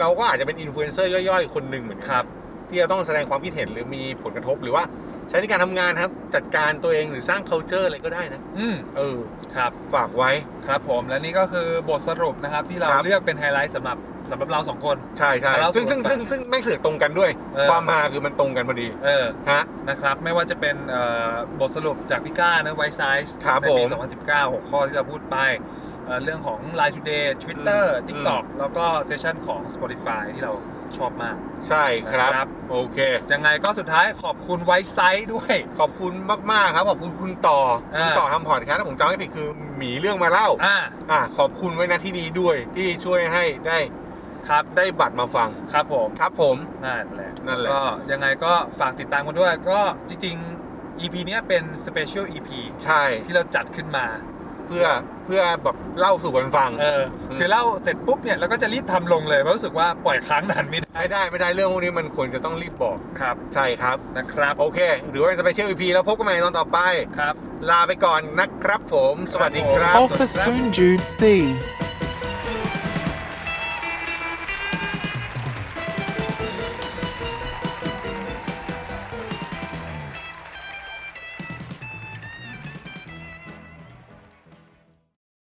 B: เราก็อาจจะเป็นอินฟลูเอนเซอร์ย่อยๆ คนหนึ่งเหมือนกั
C: ครับ
B: ที่จะต้องแสดงความคิดเห็นหรือมีผลกระทบหรือว่า ใช้ในการทำงานครับ จัดการตัวเองหรือสร้าง culture อะไรก็ได้นะ
C: อืม
B: เออ
C: ครับ
B: ฝากไว้
C: ครับผมและนี่ก็คือบทสรุปนะครับที่เรา
B: ครับ
C: เลือกเป็นไฮไลท์สำหรับสำหรับเราสองคน
B: ใช่ใช่
C: แล้ว
B: ซึ่งซึ่ง
C: ส่วน
B: ซึ่งซึ่งแม่งเสือกตรงกันด้วย
C: เออ
B: ความมาคือมันตรงกันพอดี
C: เออ
B: ฮะ
C: นะครับ ไม่ว่าจะเป็นเอ่อบทสรุปจากพี่ก้านะไวซ์ไซส์
B: ครับ
C: ในปี
B: ผม
C: 2019 6 ข้อที่เราพูดไปเอ่อเรื่องของ Line Today Twitter
B: อืม
C: TikTok แล้วก็เซสชั่นของ Spotify ที่เราชอบมาก
B: ใช่ครับ
C: ครับ
B: โอเค
C: ยังไงก็สุดท้ายขอบคุณไวซ์ไซส์ด้วย
B: ขอบคุณมาก ๆ ครับ ขอบคุณคุณต่อ
C: เออ
B: คุณต่อทำพอดแคสต์ผมจำไม่ผิดคือหมีเรื่องมาเล่า
C: อ่า
B: อ่ะ ขอบคุณไว้นะที่นี้ด้วยที่ช่วยให้ได้
C: ครับ
B: ได้บัตรมาฟัง
C: ครับผม
B: ครับผม
C: นั่นแหละ
B: นั่นแหละ
C: ก็ยังไงก็ฝากติดตามกันด้วยก็จริงๆ EP เนี้ยเป็น Special EP
B: ใช่
C: ที่เราจัดขึ้นมา
B: เพื่อเพื่อแบบเล่าสู่กันฟัง
C: เออ
B: อืม
C: คือเล่าเสร็จปุ๊บเนี่ยเราก็จะรีบทำลงเลยเพราะรู้สึกว่าปล่อยค้างนานไม่ได้
B: ไม่ได้ไม่ได้เรื่องพวกนี้มันควรจะต้องรีบบอก
C: ครับ
B: ใช่ครับ
C: นะครับ
B: โอเค หรือว่าจะไปเชื่อวีพีแล้วพบกันใหม่ตอนต่อไป
C: ครับ
B: ลาไปก่อนนะครับผม สวัสดีครับ
A: Officer Soon Jude C.